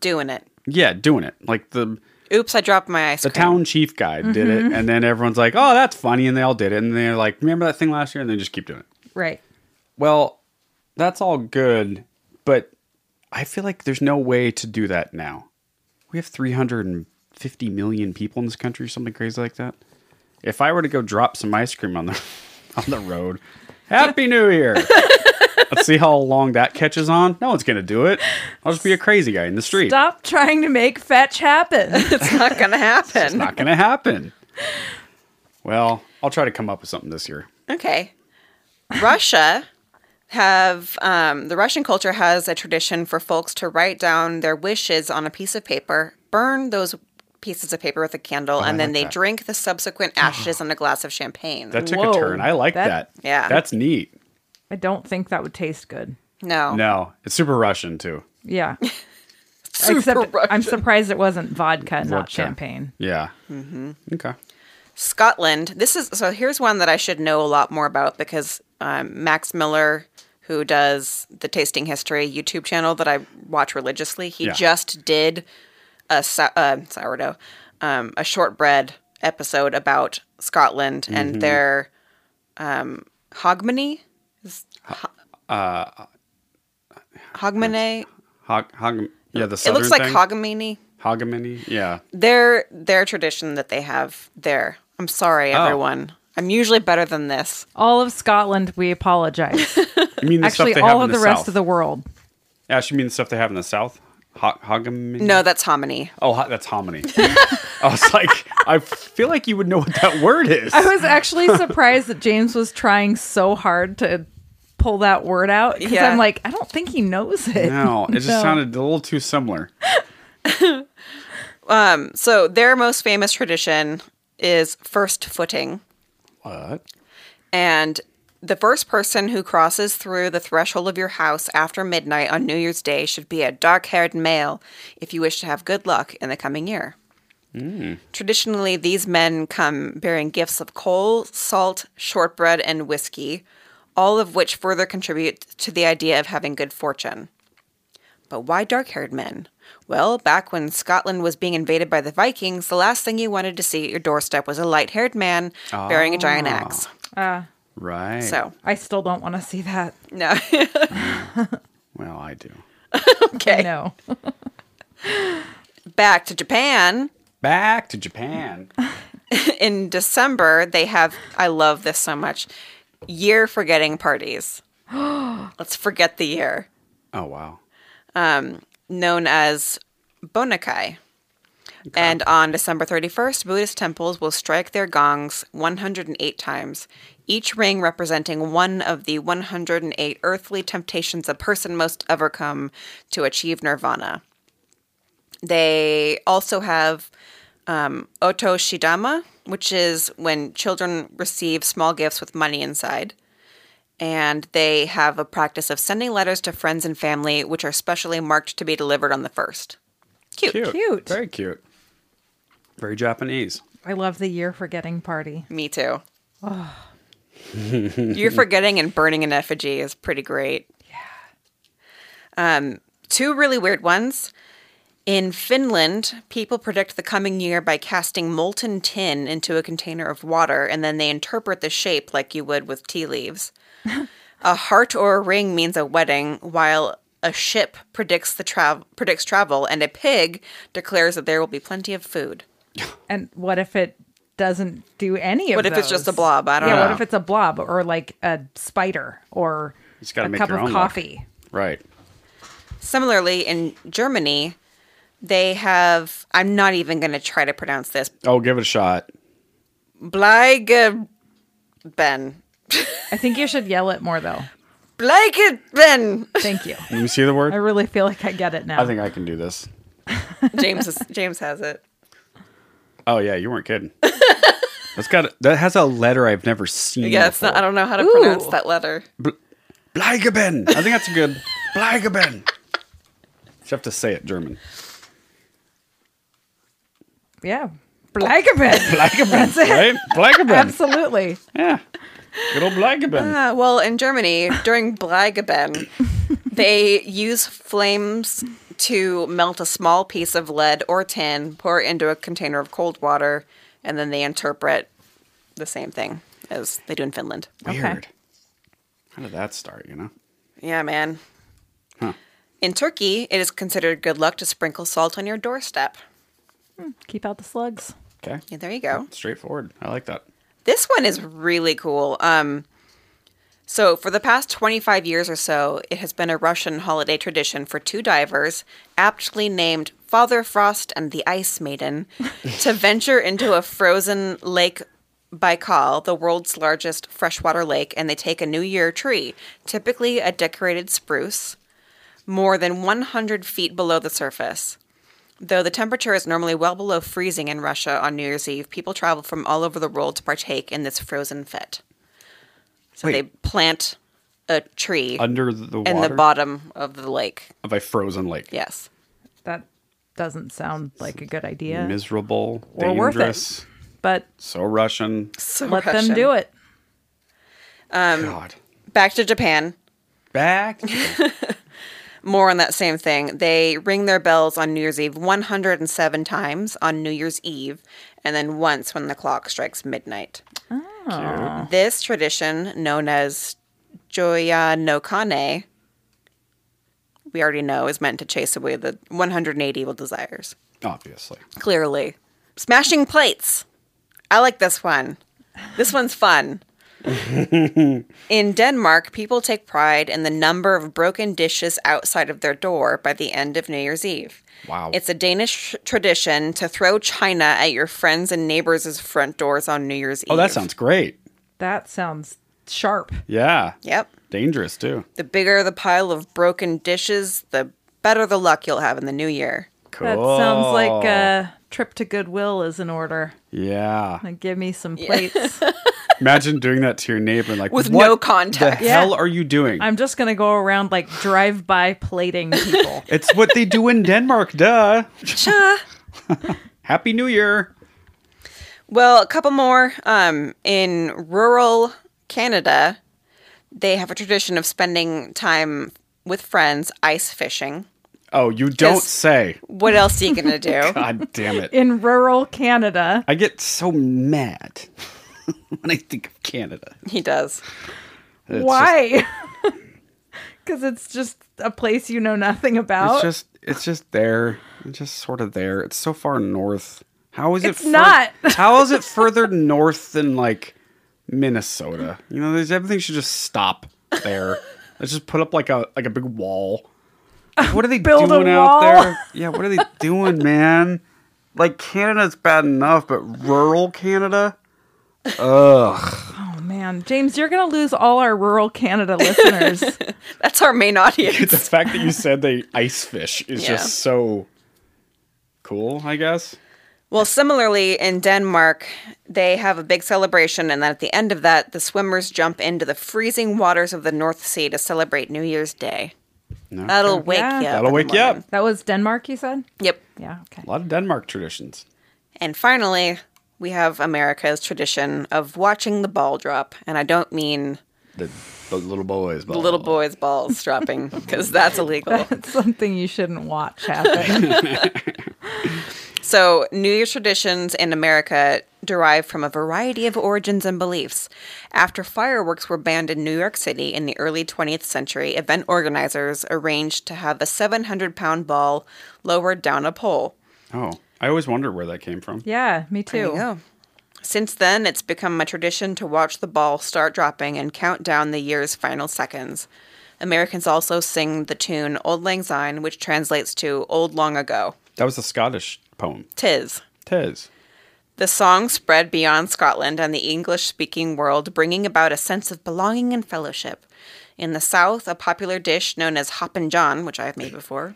S3: Doing it.
S2: Yeah, doing it. Like the
S3: Oops, I dropped my ice
S2: the
S3: cream.
S2: town Mm-hmm. chief guy did it, and then everyone's like, "Oh, that's funny," and they all did it, and they're like, "Remember that thing last year?" And they just keep doing it.
S1: Right.
S2: Well, that's all good, but I feel like there's no way to do that now. We have 350 million people in this country, or something crazy like that. If I were to go drop some ice cream on the on the road, Happy New Year. Let's see how long that catches on. No one's gonna do it. I'll just be a crazy guy in the street.
S1: Stop trying to make fetch happen.
S3: It's not going to
S2: It's
S3: happen.
S2: not gonna happen. Well, I'll try to come up with something this year.
S3: Okay. Russia have um, the Russian culture has a tradition for folks to write down their wishes on a piece of paper, burn those pieces of paper with a candle, and then
S2: Oh, like
S3: they
S2: that.
S3: drink the subsequent ashes in a glass of champagne.
S2: That took
S1: Whoa.
S2: a turn. I like
S1: That-
S2: that.
S3: Yeah.
S2: That's neat.
S1: I don't think that would taste good.
S3: no,
S2: No, it's super Russian too.
S1: Yeah.
S3: Super
S1: Except I'm
S3: Russian.
S1: surprised it wasn't vodka, not
S2: Vodka.
S1: champagne.
S2: Yeah. Mm-hmm. Okay.
S3: Scotland. This is so. Here's one that I should know a lot more about because um, Max Miller, who does the Tasting History YouTube channel that I watch religiously, he
S2: Yeah.
S3: just did a sou- uh, sourdough, um, a shortbread episode about Scotland
S2: Mm-hmm.
S3: and their um, hogmanay. Is, ho- uh, hogmanay.
S2: Hog, hog, yeah, the
S3: It
S2: southern
S3: looks like
S2: thing.
S3: hogamini.
S2: Hogamini? Yeah.
S3: Their their tradition that they have there. I'm sorry, everyone. I'm usually better than this.
S1: All of Scotland, we apologize.
S2: You mean the
S1: Actually,
S2: stuff they have
S1: all
S2: in
S1: of the,
S2: the
S1: rest
S2: South.
S1: of the world.
S2: Ash, you mean the stuff they have in the South? Ho- hogamini?
S3: No, that's hominy.
S2: Oh, ho- that's hominy. I was like, I feel like you would know what that word is.
S1: I was actually surprised that James was trying so hard to pull that word out because
S3: Yeah.
S1: I'm like, I don't think he knows it.
S2: no, it just
S1: No.
S2: sounded a little too similar.
S3: Um, So their most famous tradition is first footing.
S2: What?
S3: And the first person who crosses through the threshold of your house after midnight on New Year's Day should be a dark haired male if you wish to have good luck in the coming year. Traditionally, these men come bearing gifts of coal, salt, shortbread, and whiskey, all of which further contribute to the idea of having good fortune. But why dark haired men? Well, back when Scotland was being invaded by the Vikings, the last thing you wanted to see at your doorstep was a light haired man bearing a giant axe.
S2: Right.
S3: So,
S1: I still don't want to see that.
S3: no.
S2: Well, I do.
S3: okay.
S1: No.
S3: Back to Japan.
S2: Back to Japan.
S3: In December, they have, I love this so much, year forgetting parties. Let's forget the year,
S2: Oh, wow.
S3: known as Bonakai. And on December 31st, Buddhist temples will strike their gongs 108 times, each ring representing one of the 108 earthly temptations a person must overcome to achieve nirvana. They also have um, oto shidama, which is when children receive small gifts with money inside. And they have a practice of sending letters to friends and family, which are specially marked to be delivered on the first. Cute.
S2: Cute.
S1: Cute.
S2: Very cute. Very Japanese.
S1: I love the year forgetting party.
S3: Me too. You're forgetting and burning an effigy is pretty great. Yeah. Um, two really weird ones. In Finland, people predict the coming year by casting molten tin into a container of water, and then they interpret the shape like you would with tea leaves. a heart or a ring means a wedding, while a ship predicts the travel predicts travel, and a pig declares that there will be plenty of food.
S1: And what if it doesn't do any of
S3: What if it's
S1: those?
S3: just a blob? I don't
S1: Yeah,
S3: know.
S1: what if it's a blob or like a spider or
S2: just gotta
S1: a
S2: make
S1: cup
S2: your
S1: of
S2: own luck.
S1: coffee?
S2: Right.
S3: Similarly, in Germany, they have, I'm not even going to try to pronounce this,
S2: Oh, give it a shot.
S3: Bleigeben.
S1: I think you should yell it more though.
S3: Bleigeben.
S1: Thank you.
S2: Let me see the
S1: I
S2: word.
S1: really feel like I get it now.
S2: I think I can do this.
S3: James, is, James has it.
S2: Oh, yeah. You weren't kidding. That's got that has a letter I've never seen.
S3: Yeah, it's not, I don't know how to
S1: Ooh.
S3: pronounce that letter.
S2: Bleigeben. I think that's a good. Bleigeben. You have to say it German.
S1: yeah. Blagabin.
S2: Bleigeben. That's it. Right? Bleigeben.
S1: Absolutely.
S2: Yeah. Good old Bleigeben.
S3: Uh, well, in Germany, during Bleigeben, they use flames to melt a small piece of lead or tin, pour it into a container of cold water, and then they interpret the same thing as they do in Finland.
S1: okay.
S2: Weird. How did that start, you know?
S3: Yeah, man. In Turkey, it is considered good luck to sprinkle salt on your doorstep.
S1: Keep out the slugs.
S2: Okay.
S3: Yeah, there you go.
S2: Straightforward. I like that.
S3: This one is really cool. Um, so, for the past 25 years or so, it has been a Russian holiday tradition for two divers, aptly named Father Frost and the Ice Maiden, to venture into a frozen lake Baikal, the world's largest freshwater lake, and they take a New Year tree, typically a decorated spruce, more than 100 feet below the surface. Though the temperature is normally well below freezing in Russia on New Year's Eve, people travel from all over the world to partake in this frozen fete. So
S2: Wait.
S3: they plant a tree
S2: Under the water
S3: in the bottom of the lake.
S2: of a frozen lake.
S3: Yes.
S1: That doesn't sound like a good idea.
S2: Miserable,
S1: Or worth it.
S2: dangerous,
S1: but
S2: so Russian.
S3: So
S1: let them do it.
S3: Um,
S2: God.
S3: Back to Japan.
S2: Back.
S3: More on that same thing. They ring their bells on New Year's Eve 107 times on New Year's Eve, and then once when the clock strikes midnight. This tradition, known as Joya no Kane, we already know is meant to chase away the 180 evil desires.
S2: Obviously.
S3: Clearly. Smashing plates. I like this one. This one's fun. in Denmark, people take pride in the number of broken dishes outside of their door by the end of New Year's Eve.
S2: Wow.
S3: It's a Danish tradition to throw china at your friends and neighbors' front doors on New Year's Eve.
S2: Oh, that sounds great.
S1: That sounds sharp.
S2: Yeah.
S3: Yep.
S2: Dangerous too.
S3: The bigger the pile of broken dishes, the better the luck you'll have in the new year.
S2: Cool.
S1: That sounds like uh, a trip to Goodwill is in order.
S2: Yeah.
S1: Like, give me some plates.
S2: Imagine doing that to your neighbor and like
S3: With
S2: "What
S3: no
S2: The
S3: contact.
S2: hell are you doing?
S1: I'm just gonna go around like drive by plating people.
S2: It's what they do in Denmark, duh. Happy New Year.
S3: Well, a couple more. Um, in rural Canada, they have a tradition of spending time with friends ice fishing.
S2: Oh, you don't
S3: Yes.
S2: say.
S3: What else are you gonna do?
S2: Oh God damn it.
S1: In rural Canada,
S2: I get so mad when I think of Canada.
S3: he does.
S2: It's
S1: why? Because it's just a place you know nothing
S2: Just,
S1: about.
S2: it's just it's just there. It's just sort of there. It's so far north. How is
S1: It's
S2: it fur-
S1: not.
S2: How is it further north than like Minnesota? You know, there's, everything should just stop there. Let's just put up like a like a big wall. What are they
S1: Build a
S2: doing
S1: wall.
S2: out there? Yeah, what are they doing, man? Like Canada's bad enough, but rural Canada?
S1: oh man, James, you're gonna lose all our rural Canada listeners.
S3: That's our main
S2: the
S3: audience.
S2: fact that you said they ice fish is
S3: Yeah.
S2: just so cool, I guess.
S3: well, similarly, in Denmark, they have a big celebration, and then at the end of that, the swimmers jump into the freezing waters of the North Sea to celebrate New Year's Day.
S2: No.
S3: That'll wake
S1: Yeah.
S3: you up.
S2: That'll
S3: in the
S2: wake you up.
S3: morning.
S1: that was Denmark, you said.
S3: Yep.
S1: Yeah. Okay.
S2: A lot of Denmark traditions.
S3: And finally, we have America's tradition of watching the ball drop. And I don't mean
S2: The, the little boys.
S3: the little boys' balls dropping, because that's illegal.
S1: That's something you shouldn't watch happen.
S3: So, New Year's traditions in America derive from a variety of origins and beliefs. After fireworks were banned in New York City in the early 20th century, event organizers arranged to have a 700 pound ball lowered down a pole.
S2: Oh, I always wondered where that came from.
S1: yeah, me
S3: There you
S1: too.
S3: go. Since then, it's become a tradition to watch the ball start dropping and count down the year's final seconds. Americans also sing the tune Old Lang Syne, which translates to Old Long Ago.
S2: That was a Scottish poem.
S3: Tis.
S2: Tis.
S3: The song spread beyond Scotland and the English speaking world, bringing about a sense of belonging and fellowship. In the South, a popular dish known as Hoppin' John, which I have made before,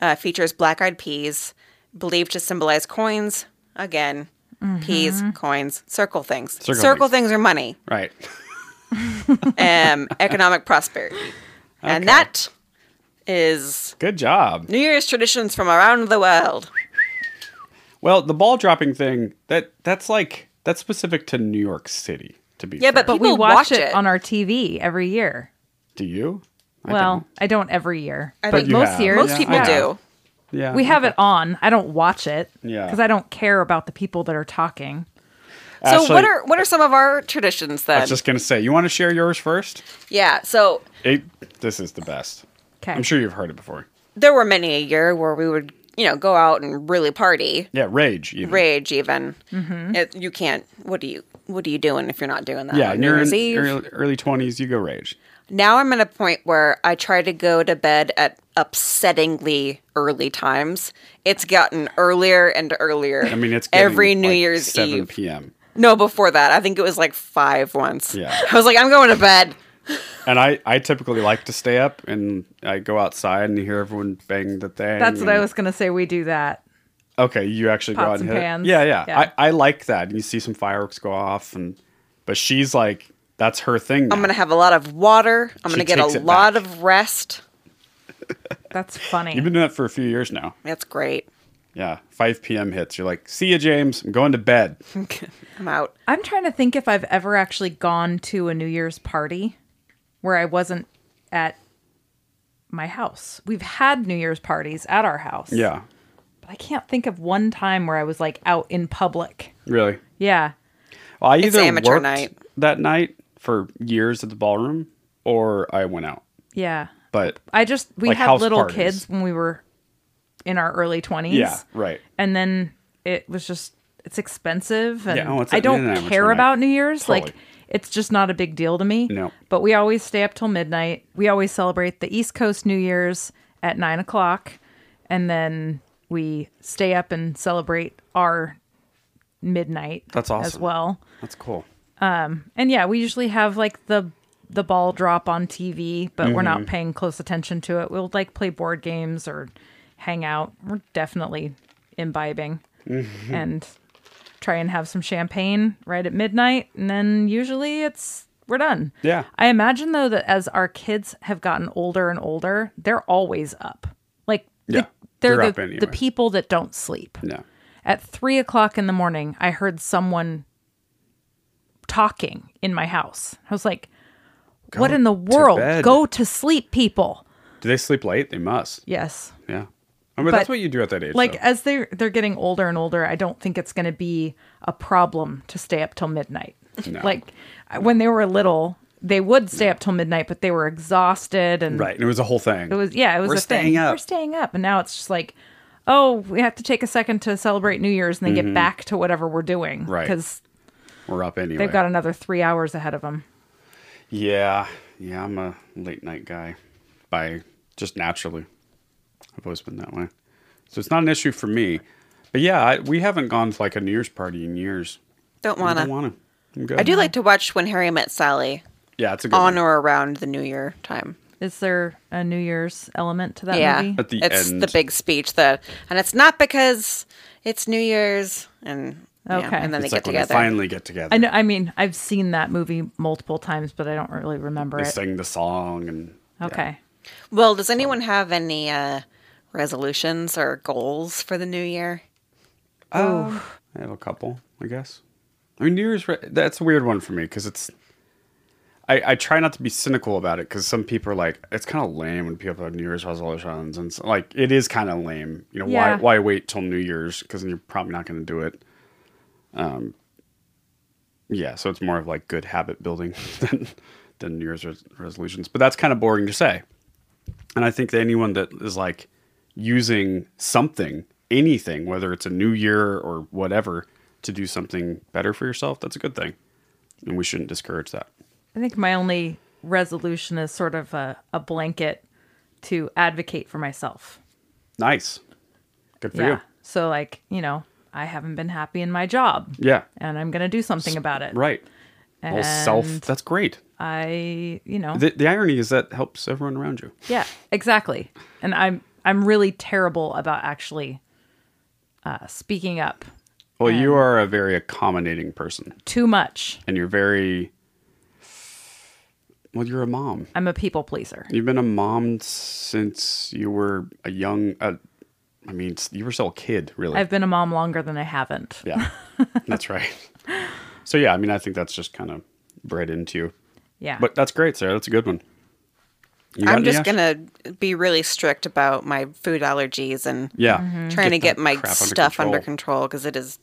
S3: uh, features black eyed peas, believed to symbolize coins. Again, peas, coins, circle things.
S2: Mm-hmm. Circle
S3: Circle,
S2: things.
S3: things. are money,
S2: Right.
S3: um, economic prosperity. And that is
S2: Good job.
S3: New Year's traditions from around the world.
S2: Well, the ball dropping thing that that's like that's specific to New York City. To be
S3: Yeah, but
S2: fair.
S1: But we
S3: People
S1: watch,
S3: watch
S1: it,
S3: it.
S1: on our TV every year.
S2: do you? I
S1: well,
S2: don't.
S1: I don't every year.
S3: I
S2: But
S3: think
S2: you
S1: most
S2: have.
S1: years,
S3: most
S2: yeah,
S3: people
S2: I have.
S3: do.
S2: yeah,
S1: We have it on. I don't watch it
S2: Yeah.
S1: because I don't care about the people that are talking.
S3: So
S2: Ashley,
S3: what are what are some of our traditions
S2: I
S3: then?
S2: was just gonna say. You want to share yours first?
S3: Yeah, so
S2: It, this is the best.
S1: Okay.
S2: I'm sure you've heard it before.
S3: there were many a year where we would, you know, go out and really party,
S2: Yeah, rage. Even.
S3: rage even. It, you can't. What do you? What are you doing if you're not doing that?
S2: Yeah,
S3: on
S2: and
S3: New
S2: you're in
S3: Year's Eve.
S2: early- early twenties. You go rage.
S3: Now I'm at a point where I try to go to bed at upsettingly early times. It's gotten earlier and earlier.
S2: I mean, it's getting,
S3: every New
S2: like,
S3: Year's
S2: seven
S3: Eve.
S2: p.m.
S3: No, before that, I think it was like five once.
S2: Yeah.
S3: I was like, I'm going to bed.
S2: And I, I typically like to stay up and I go outside and you hear everyone bang the thing.
S1: That's what I
S2: and-
S1: was gonna say. We do that.
S2: Okay, you actually go
S1: Pots
S2: out
S1: and
S2: and, hit it.
S1: pans.
S2: Yeah, yeah.
S1: Yeah.
S2: I, I like that. And you see some fireworks go off and but she's like that's her thing.
S3: I'm
S2: now.
S3: going to have a lot of water. I'm
S2: She
S3: going to get a
S2: takes it
S3: lot
S2: back.
S3: of rest.
S1: That's funny.
S2: You've been doing that for a few years now.
S3: That's great.
S2: Yeah. Five PM hits. You're like, see ya, James. I'm going to bed.
S3: I'm out.
S1: I'm trying to think if I've ever actually gone to a New Year's party where I wasn't at my house. We've had New Year's parties at our house.
S2: Yeah.
S1: But I can't think of one time where I was like out in public.
S2: Really.
S1: Yeah.
S2: Well, I either
S3: amateur
S2: worked
S3: night.
S2: that night for years at the ballroom or I went out.
S1: Yeah.
S2: but
S1: I just we
S2: Like
S1: had
S2: house
S1: little
S2: parties.
S1: kids when we were in our early 20s.
S2: yeah, right.
S1: And then it was just it's expensive and
S2: Yeah, oh, it's
S1: I
S2: a-
S1: don't
S2: no, no, no,
S1: care
S2: it's not.
S1: about New Year's. Like
S2: Totally.
S1: it's just not a big deal to me.
S2: No.
S1: But we always stay up till midnight. We always celebrate the East Coast New Year's at nine o'clock and then we stay up and celebrate our midnight
S2: That's
S1: as
S2: awesome.
S1: well.
S2: That's cool.
S1: And yeah, we usually have like the the ball drop on TV, but we're
S2: Mm-hmm.
S1: not paying close attention to it. We'll like play board games or hang out. We're definitely imbibing
S2: Mm-hmm.
S1: and try and have some champagne right at midnight, and then usually it's we're done.
S2: Yeah.
S1: I imagine though that as our kids have gotten older and older, they're always up. Like
S2: Yeah,
S1: the, they're,
S2: they're up
S1: the,
S2: anyway.
S1: the people that don't sleep.
S2: No.
S1: At three o'clock in the morning, I heard someone talking in my house. I was like, what in the world?
S2: bed.
S1: Go to sleep, people.
S2: Do they sleep late? They must.
S1: Yes.
S2: Yeah. I mean, that's what you do at that age.
S1: Like
S2: though.
S1: as they're they're getting older and older, I don't think it's going to be a problem to stay up till midnight.
S2: No.
S1: Like I- when they were little, they would stay up till midnight, but they were exhausted and
S2: right. And it was a whole thing.
S1: It was yeah, it was
S2: We're
S1: a
S2: staying
S1: thing.
S2: up.
S1: We're staying up, and now it's just like, oh, we have to take a second to celebrate New Year's and then get back to whatever we're doing,
S2: Mm-hmm. Right.
S1: Because
S2: We're up anyway.
S1: they've got another three hours ahead of them.
S2: Yeah, yeah, I'm a late night guy by just naturally. I've always been that way. So it's not an issue for me. But yeah, I, we haven't gone to like a New Year's party in years.
S3: Don't
S2: I
S3: wanna.
S2: don't want to. I'm good.
S3: I do like to watch When Harry Met Sally
S2: Yeah, it's a good
S3: on
S2: one.
S3: or around the New Year time.
S1: Is there a New Year's element to that
S3: yeah,
S1: movie?
S2: At the
S3: it's
S2: end.
S3: the big speech. The and it's not because it's New Year's and yeah,
S1: Okay.
S3: and then
S2: It's
S3: they
S2: like
S3: get
S2: when they
S3: together.
S2: finally get together.
S1: I know. I mean, I've seen that movie multiple times, but I don't really remember
S2: They
S1: it.
S2: sing the song and
S1: Okay.
S3: Well, does anyone have any uh, resolutions or goals for the New Year?
S2: Um, I have a couple, I guess. I mean, New Year's re- that's a weird one for me because it's. I, I try not to be cynical about it because some people are like, it's kind of lame when people have New Year's resolutions, and so, like it is kind of lame. You know
S1: Yeah.
S2: why why wait till New Year's because you're probably not going to do it. Um. Yeah, so it's more of like good habit building than than New Year's res- resolutions, but that's kind of boring to say. And I think that anyone that is like using something, anything, whether it's a new year or whatever, to do something better for yourself, that's a good thing. And we shouldn't discourage that.
S1: I think my only resolution is sort of a, a blanket to advocate for myself.
S2: Nice. Good for
S1: yeah. So like you know, I haven't been happy in my job,
S2: you. Yeah.
S1: and I'm going to do something about it.
S2: Right. All self.
S1: And-
S2: That's great.
S1: I, you know,
S2: The, the irony is that helps everyone around you.
S1: yeah, exactly. And I'm I'm really terrible about actually uh, speaking up
S2: Well, you are a very accommodating person
S1: too much.
S2: and you're very, well, you're a mom.
S1: I'm a people pleaser.
S2: You've been a mom since you were a young, uh, I mean, s- you were still a kid, really.
S1: I've been a mom longer than I haven't.
S2: Yeah, that's right. So yeah, I mean, I think that's just kind of bred into you.
S1: Yeah.
S2: But that's great, Sarah. That's a good one. You got
S3: I'm
S2: any,
S3: just
S2: Ash?
S3: gonna be really strict about my food allergies and
S2: yeah,
S3: trying to
S2: that
S3: get my
S2: crap under
S3: stuff under
S2: control.
S3: control because it is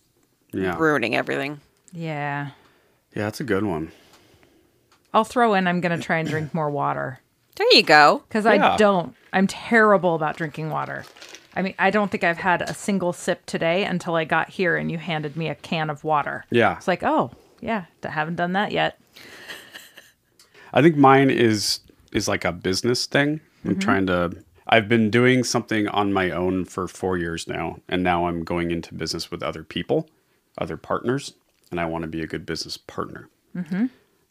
S2: yeah,
S3: ruining everything.
S1: yeah.
S2: yeah. That's a good one.
S1: I'll throw in I'm going to try and drink more water
S3: There you go.
S1: cuz
S2: Yeah.
S1: I don't. I'm terrible about drinking water. I mean, I don't think I've had a single sip today until I got here and you handed me a can of water.
S2: Yeah.
S1: It's like, "Oh, yeah, I haven't done that yet."
S2: I think mine is is like a business thing. I'm trying to. I've been doing something on my own for four years now, and now I'm going into business with other people, other partners, and I want to be a good business partner.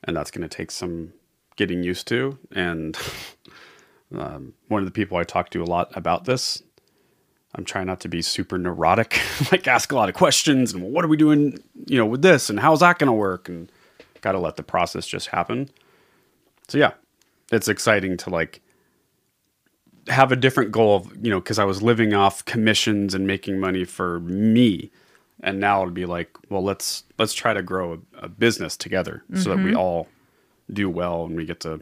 S2: And that's going to take some getting used to. And um, one of the people I talk to a lot about this, I'm trying not to be super neurotic, like ask a lot of questions and what are we doing, you know, with this and how's that going to work, and got to let the process just happen. So yeah, it's exciting to like have a different goal of, you know, cuz I was living off commissions and making money for me and now it'd be like, well, let's let's try to grow a, a business together so that we all do well and we get to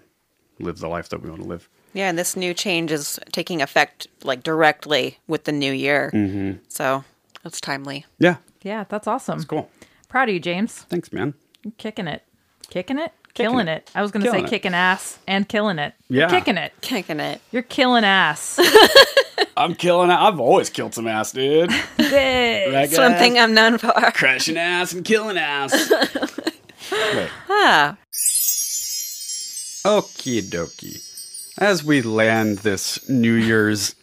S2: live the life that we want to live.
S3: Yeah, and this new change is taking effect like directly with the new year. Mm-hmm. So it's timely.
S2: Yeah,
S1: Yeah, that's awesome.
S2: cool.
S1: Proud of you, James.
S2: Thanks, man.
S1: You're kicking it. Kicking it? killing
S2: it.
S1: it. I was going to say
S2: Killing it.
S1: kicking ass and killing it.
S2: Yeah.
S1: Kicking it.
S3: Kicking it.
S1: You're killing ass.
S2: I'm killing. I've always killed some ass, dude.
S1: Yay.
S2: That guy.
S3: Something I'm known for.
S2: crashing ass and killing ass. Wait.
S3: Ah,
S2: Okie dokie. As we land this New Year's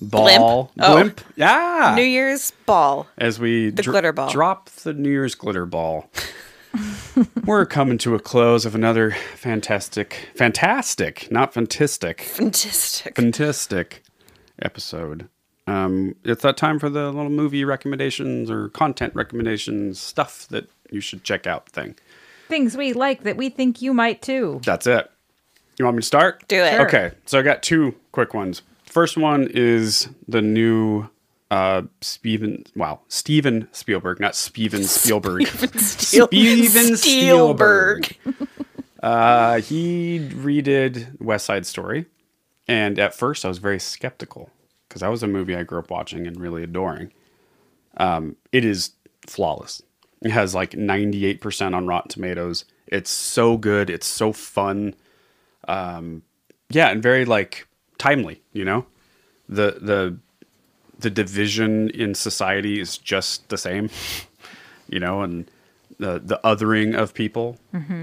S2: ball
S3: Blimp? Oh.
S2: yeah.
S3: New Year's ball.
S2: As we the
S3: glitter ball.
S2: drop the New Year's glitter ball. We're coming to a close of another fantastic, fantastic, not fantastic,
S3: Fantastic.
S2: fantastic episode. Um, it's that time for the little movie recommendations or content recommendations, stuff that you should check out thing.
S1: Things we like that we think you might too.
S2: That's it. You want me to start?
S3: Do it. Sure.
S2: Okay. So I got two quick ones. First one is the new uh Steven wow, Steven Spielberg, not Steven Spielberg.
S3: Steel-
S2: Steven
S3: Spielberg.
S2: Spielberg. uh he redid West Side Story. And at first I was very skeptical because that was a movie I grew up watching and really adoring. Um it is flawless. It has like 98% on Rotten Tomatoes. It's so good, it's so fun Um, yeah and very like timely you know the the the division in society is just the same you know and the the othering of people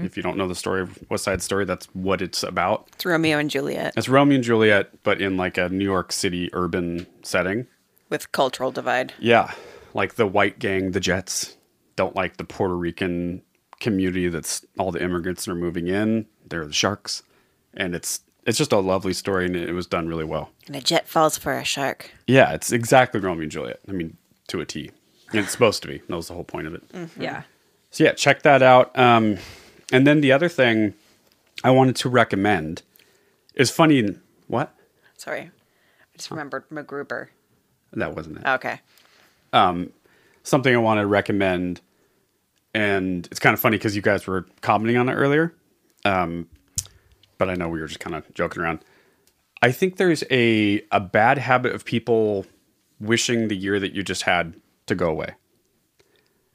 S2: if you don't know the story of west side story that's what it's about
S3: It's Romeo and Juliet
S2: it's romeo and juliet but in like a new york city urban setting
S3: with cultural divide.
S2: yeah like the white gang the jets don't like the puerto rican community that's all the immigrants that are moving in they're the sharks and it's it's just a lovely story and it was done really well
S3: And a jet falls for a shark.
S2: Yeah, it's exactly Romeo and Juliet. I mean, to a T. And it's supposed to be. That was the whole point of it.
S1: Yeah.
S2: So yeah, check that out. Um, and then the other thing I wanted to recommend is funny. What?
S3: Sorry. I just remembered MacGruber.
S2: That wasn't it.
S3: Okay.
S2: Something I want to recommend, and it's kind of funny because you guys were commenting on it earlier. Um, but I know we were just kind of joking around. I think there's a a bad habit of people wishing the year that you just had to go away.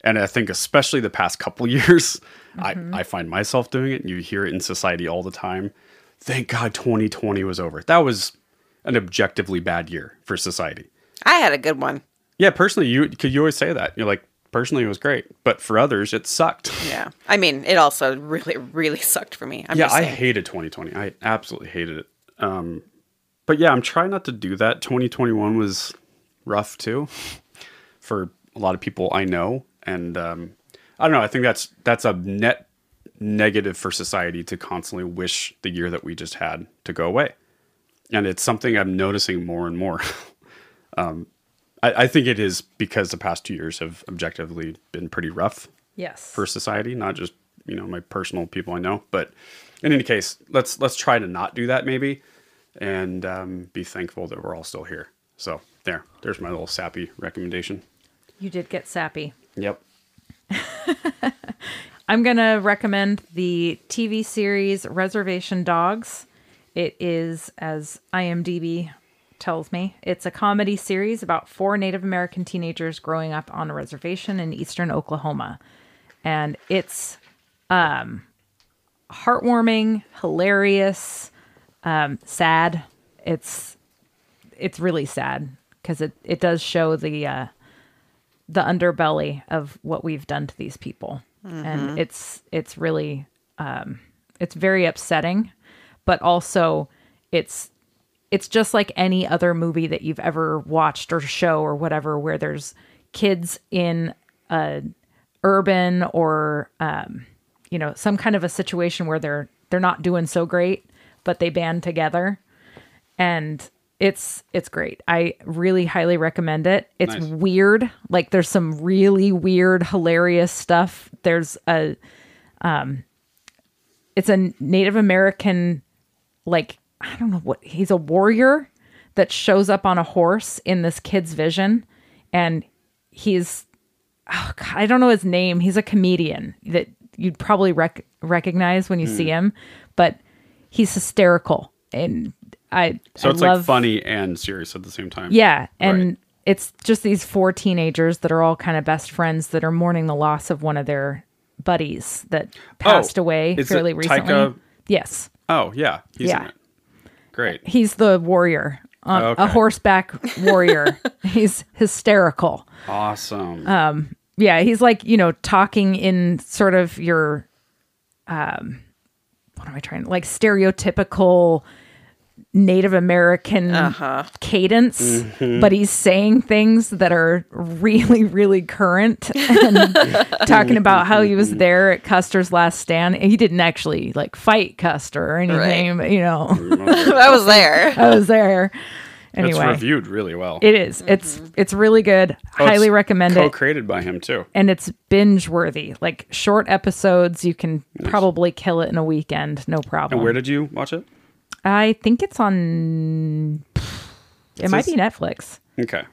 S2: And I think especially the past couple years, I, I find myself doing it and you hear it in society all the time. Thank God 2020 was over. That was an objectively bad year for society.
S3: I had a good one.
S2: Yeah, personally, you could you always say that. You're like, personally it was great. But for others, it sucked.
S3: Yeah. I mean, it also really, really sucked for me. I'm
S2: yeah,
S3: just
S2: I
S3: saying.
S2: hated 2020. I absolutely hated it. Um, but yeah, I'm trying not to do that. 2021 was rough too for a lot of people I know, and um, I don't know. I think that's that's a net negative for society to constantly wish the year that we just had to go away, and it's something I'm noticing more and more. um, I, I think it is because the past two years have objectively been pretty rough
S1: Yes.
S2: for society, not just you know my personal people I know. But in any case, let's let's try to not do that maybe, and um, be thankful that we're all still here. So there, there's my little sappy recommendation.
S1: you did get sappy.
S2: Yep.
S1: I'm going to recommend the TV series Reservation Dogs. It is, as IMDb tells me, it's a comedy series about four Native American teenagers growing up on a reservation in eastern Oklahoma. And it's um, heartwarming, hilarious, um, sad. It's it's really sad because it, it does show the uh, the underbelly of what we've done to these people and it's it's really um it's very upsetting but also it's it's just like any other movie that you've ever watched or show or whatever where there's kids in a urban or um you know some kind of a situation where they're they're not doing so great but they band together and it's it's great. I really highly recommend it. It's
S2: Nice.
S1: weird. Like there's some really weird hilarious stuff. There's a um it's a Native American like I don't know what he's a warrior that shows up on a horse in this kid's vision and he's oh God, I don't know his name. He's a comedian that you'd probably rec- recognize when you
S2: Hmm.
S1: see him, but he's hysterical and I
S2: So
S1: I
S2: it's
S1: love,
S2: like funny and serious at the same time.
S1: yeah, and
S2: Right.
S1: it's just these four teenagers that are all kind of best friends that are mourning the loss of one of their buddies that passed away
S2: Oh, is it
S1: fairly recently.
S2: Taika-
S1: Yes,
S2: Oh yeah, he's in
S1: Yeah.
S2: it. Great.
S1: he's the warrior, uh,
S2: Oh, Okay.
S1: a horseback warrior. he's hysterical.
S2: Awesome.
S1: Uh, Yeah, he's like you know talking in sort of your, um, what am I trying like stereotypical Native American
S2: Uh-huh.
S1: cadence,
S2: Mm-hmm.
S1: but he's saying things that are really really current and talking about how he was there at Custer's last stand. He didn't actually like fight Custer or anything, but you know,
S3: I was there.
S1: I was there.
S2: it's
S1: Anyway,
S2: reviewed really well.
S1: it is. It's
S3: Mm-hmm.
S1: it's really good.
S2: Oh,
S1: Highly
S2: it's
S1: recommend it
S2: Co-created by him too.
S1: and it's binge worthy. Like short episodes, you can probably kill it in a weekend, no problem.
S2: And where did you watch it?
S1: I think it's on. It might
S2: says-
S1: be Netflix,
S2: Okay.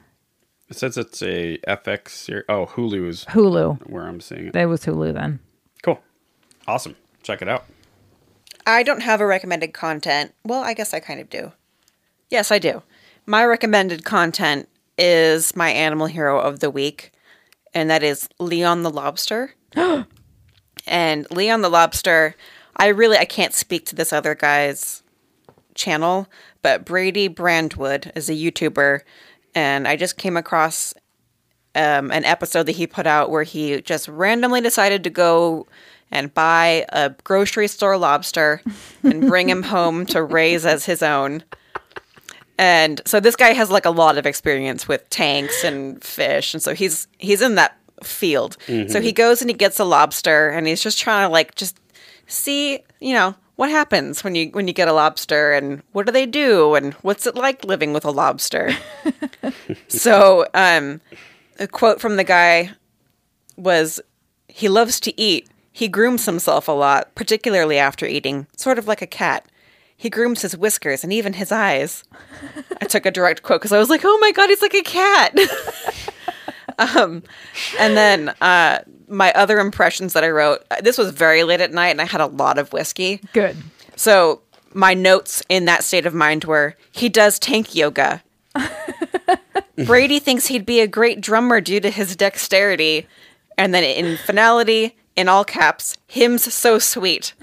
S2: It says it's a FX series. Oh, Hulu is
S1: Hulu.
S2: where I'm seeing it.
S1: It was Hulu then.
S2: Cool. Awesome. Check it out.
S3: I don't have a recommended content. Well, I guess I kind of do. Yes, I do. My recommended content is my animal hero of the week, and that is Leon the Lobster. and Leon the Lobster, I really I can't speak to this other guy's channel, but Brady Brandwood is a YouTuber, and I just came across um, an episode that he put out where he just randomly decided to go and buy a grocery store lobster and bring him home to raise as his own. And so this guy has like a lot of experience with tanks and fish, and so he's he's in that field. So he goes and he gets a lobster, and he's just trying to like just see, you know, what happens when you when you get a lobster, and what do they do, and what's it like living with a lobster. so um, a quote from the guy was he loves to eat he grooms himself a lot particularly after eating sort of like a cat he grooms his whiskers and even his eyes i took a direct quote because i was like oh my god he's like a cat um, and then uh, my other impressions that i wrote this was very late at night and i had a lot of whiskey
S1: Good.
S3: so my notes in that state of mind were he does tank yoga. Brady thinks he'd be a great drummer due to his dexterity. And then in finality, in all caps, him's so sweet.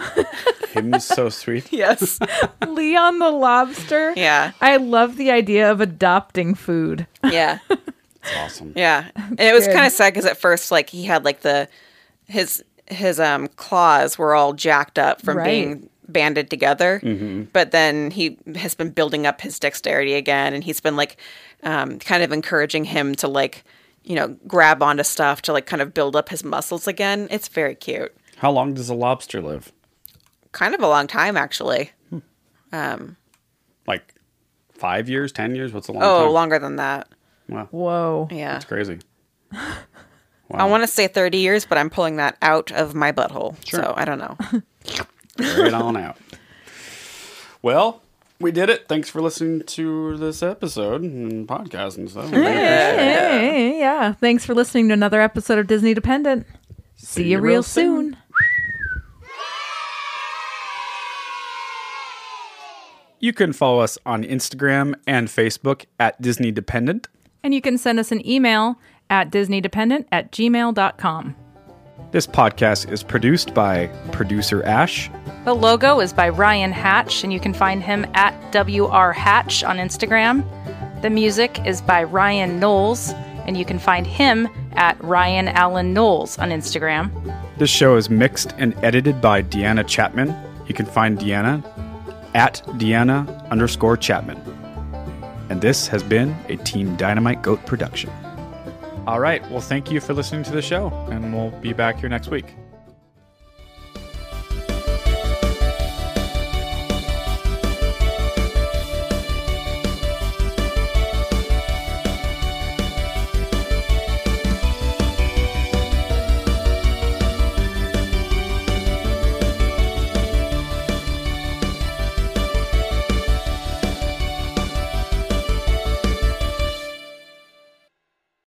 S2: Him's so sweet.
S3: Yes.
S1: Leon the lobster.
S3: Yeah.
S1: I love the idea of adopting food.
S3: Yeah.
S2: It's awesome.
S3: Yeah. And it was
S1: Good.
S3: kind of sad because at first, like, he had like the, his, his um claws were all jacked up from
S1: Right.
S3: being banded together.
S2: Mm-hmm.
S3: But then he has been building up his dexterity again, and he's been like, um, kind of encouraging him to like, you know, grab onto stuff to like kind of build up his muscles again. It's very cute.
S2: How long does a lobster live?
S3: Kind of a long time actually.
S2: Like five years, ten years? What's a long
S3: Oh,
S2: time?
S3: longer than that.
S2: Wow.
S1: Whoa.
S3: Yeah.
S2: That's crazy.
S3: I want to say 30 years, but I'm pulling that out of my butthole.
S2: Sure.
S3: So I don't know.
S2: Right on out. Well, we did it. Thanks for listening to this episode and podcast and stuff. We really appreciate it.
S1: Hey, yeah. Thanks for listening to another episode of Disney Dependent. See, you real soon.
S2: You can follow us on Instagram and Facebook at Disney Dependent.
S1: And you can send us an email at disneydependent at gmail.com.
S2: This podcast is produced by producer Ash.
S1: The logo is by Ryan Hatch, and you can find him at WR Hatch on Instagram. The music is by Ryan Knowles, and you can find him at Ryan Allen Knowles on Instagram.
S2: This show is mixed and edited by Deanna Chapman. You can find Deanna at Deanna underscore Chapman. And this has been a Team Dynamite Goat production. All right. Well, thank you for listening to the show, and we'll be back here next week.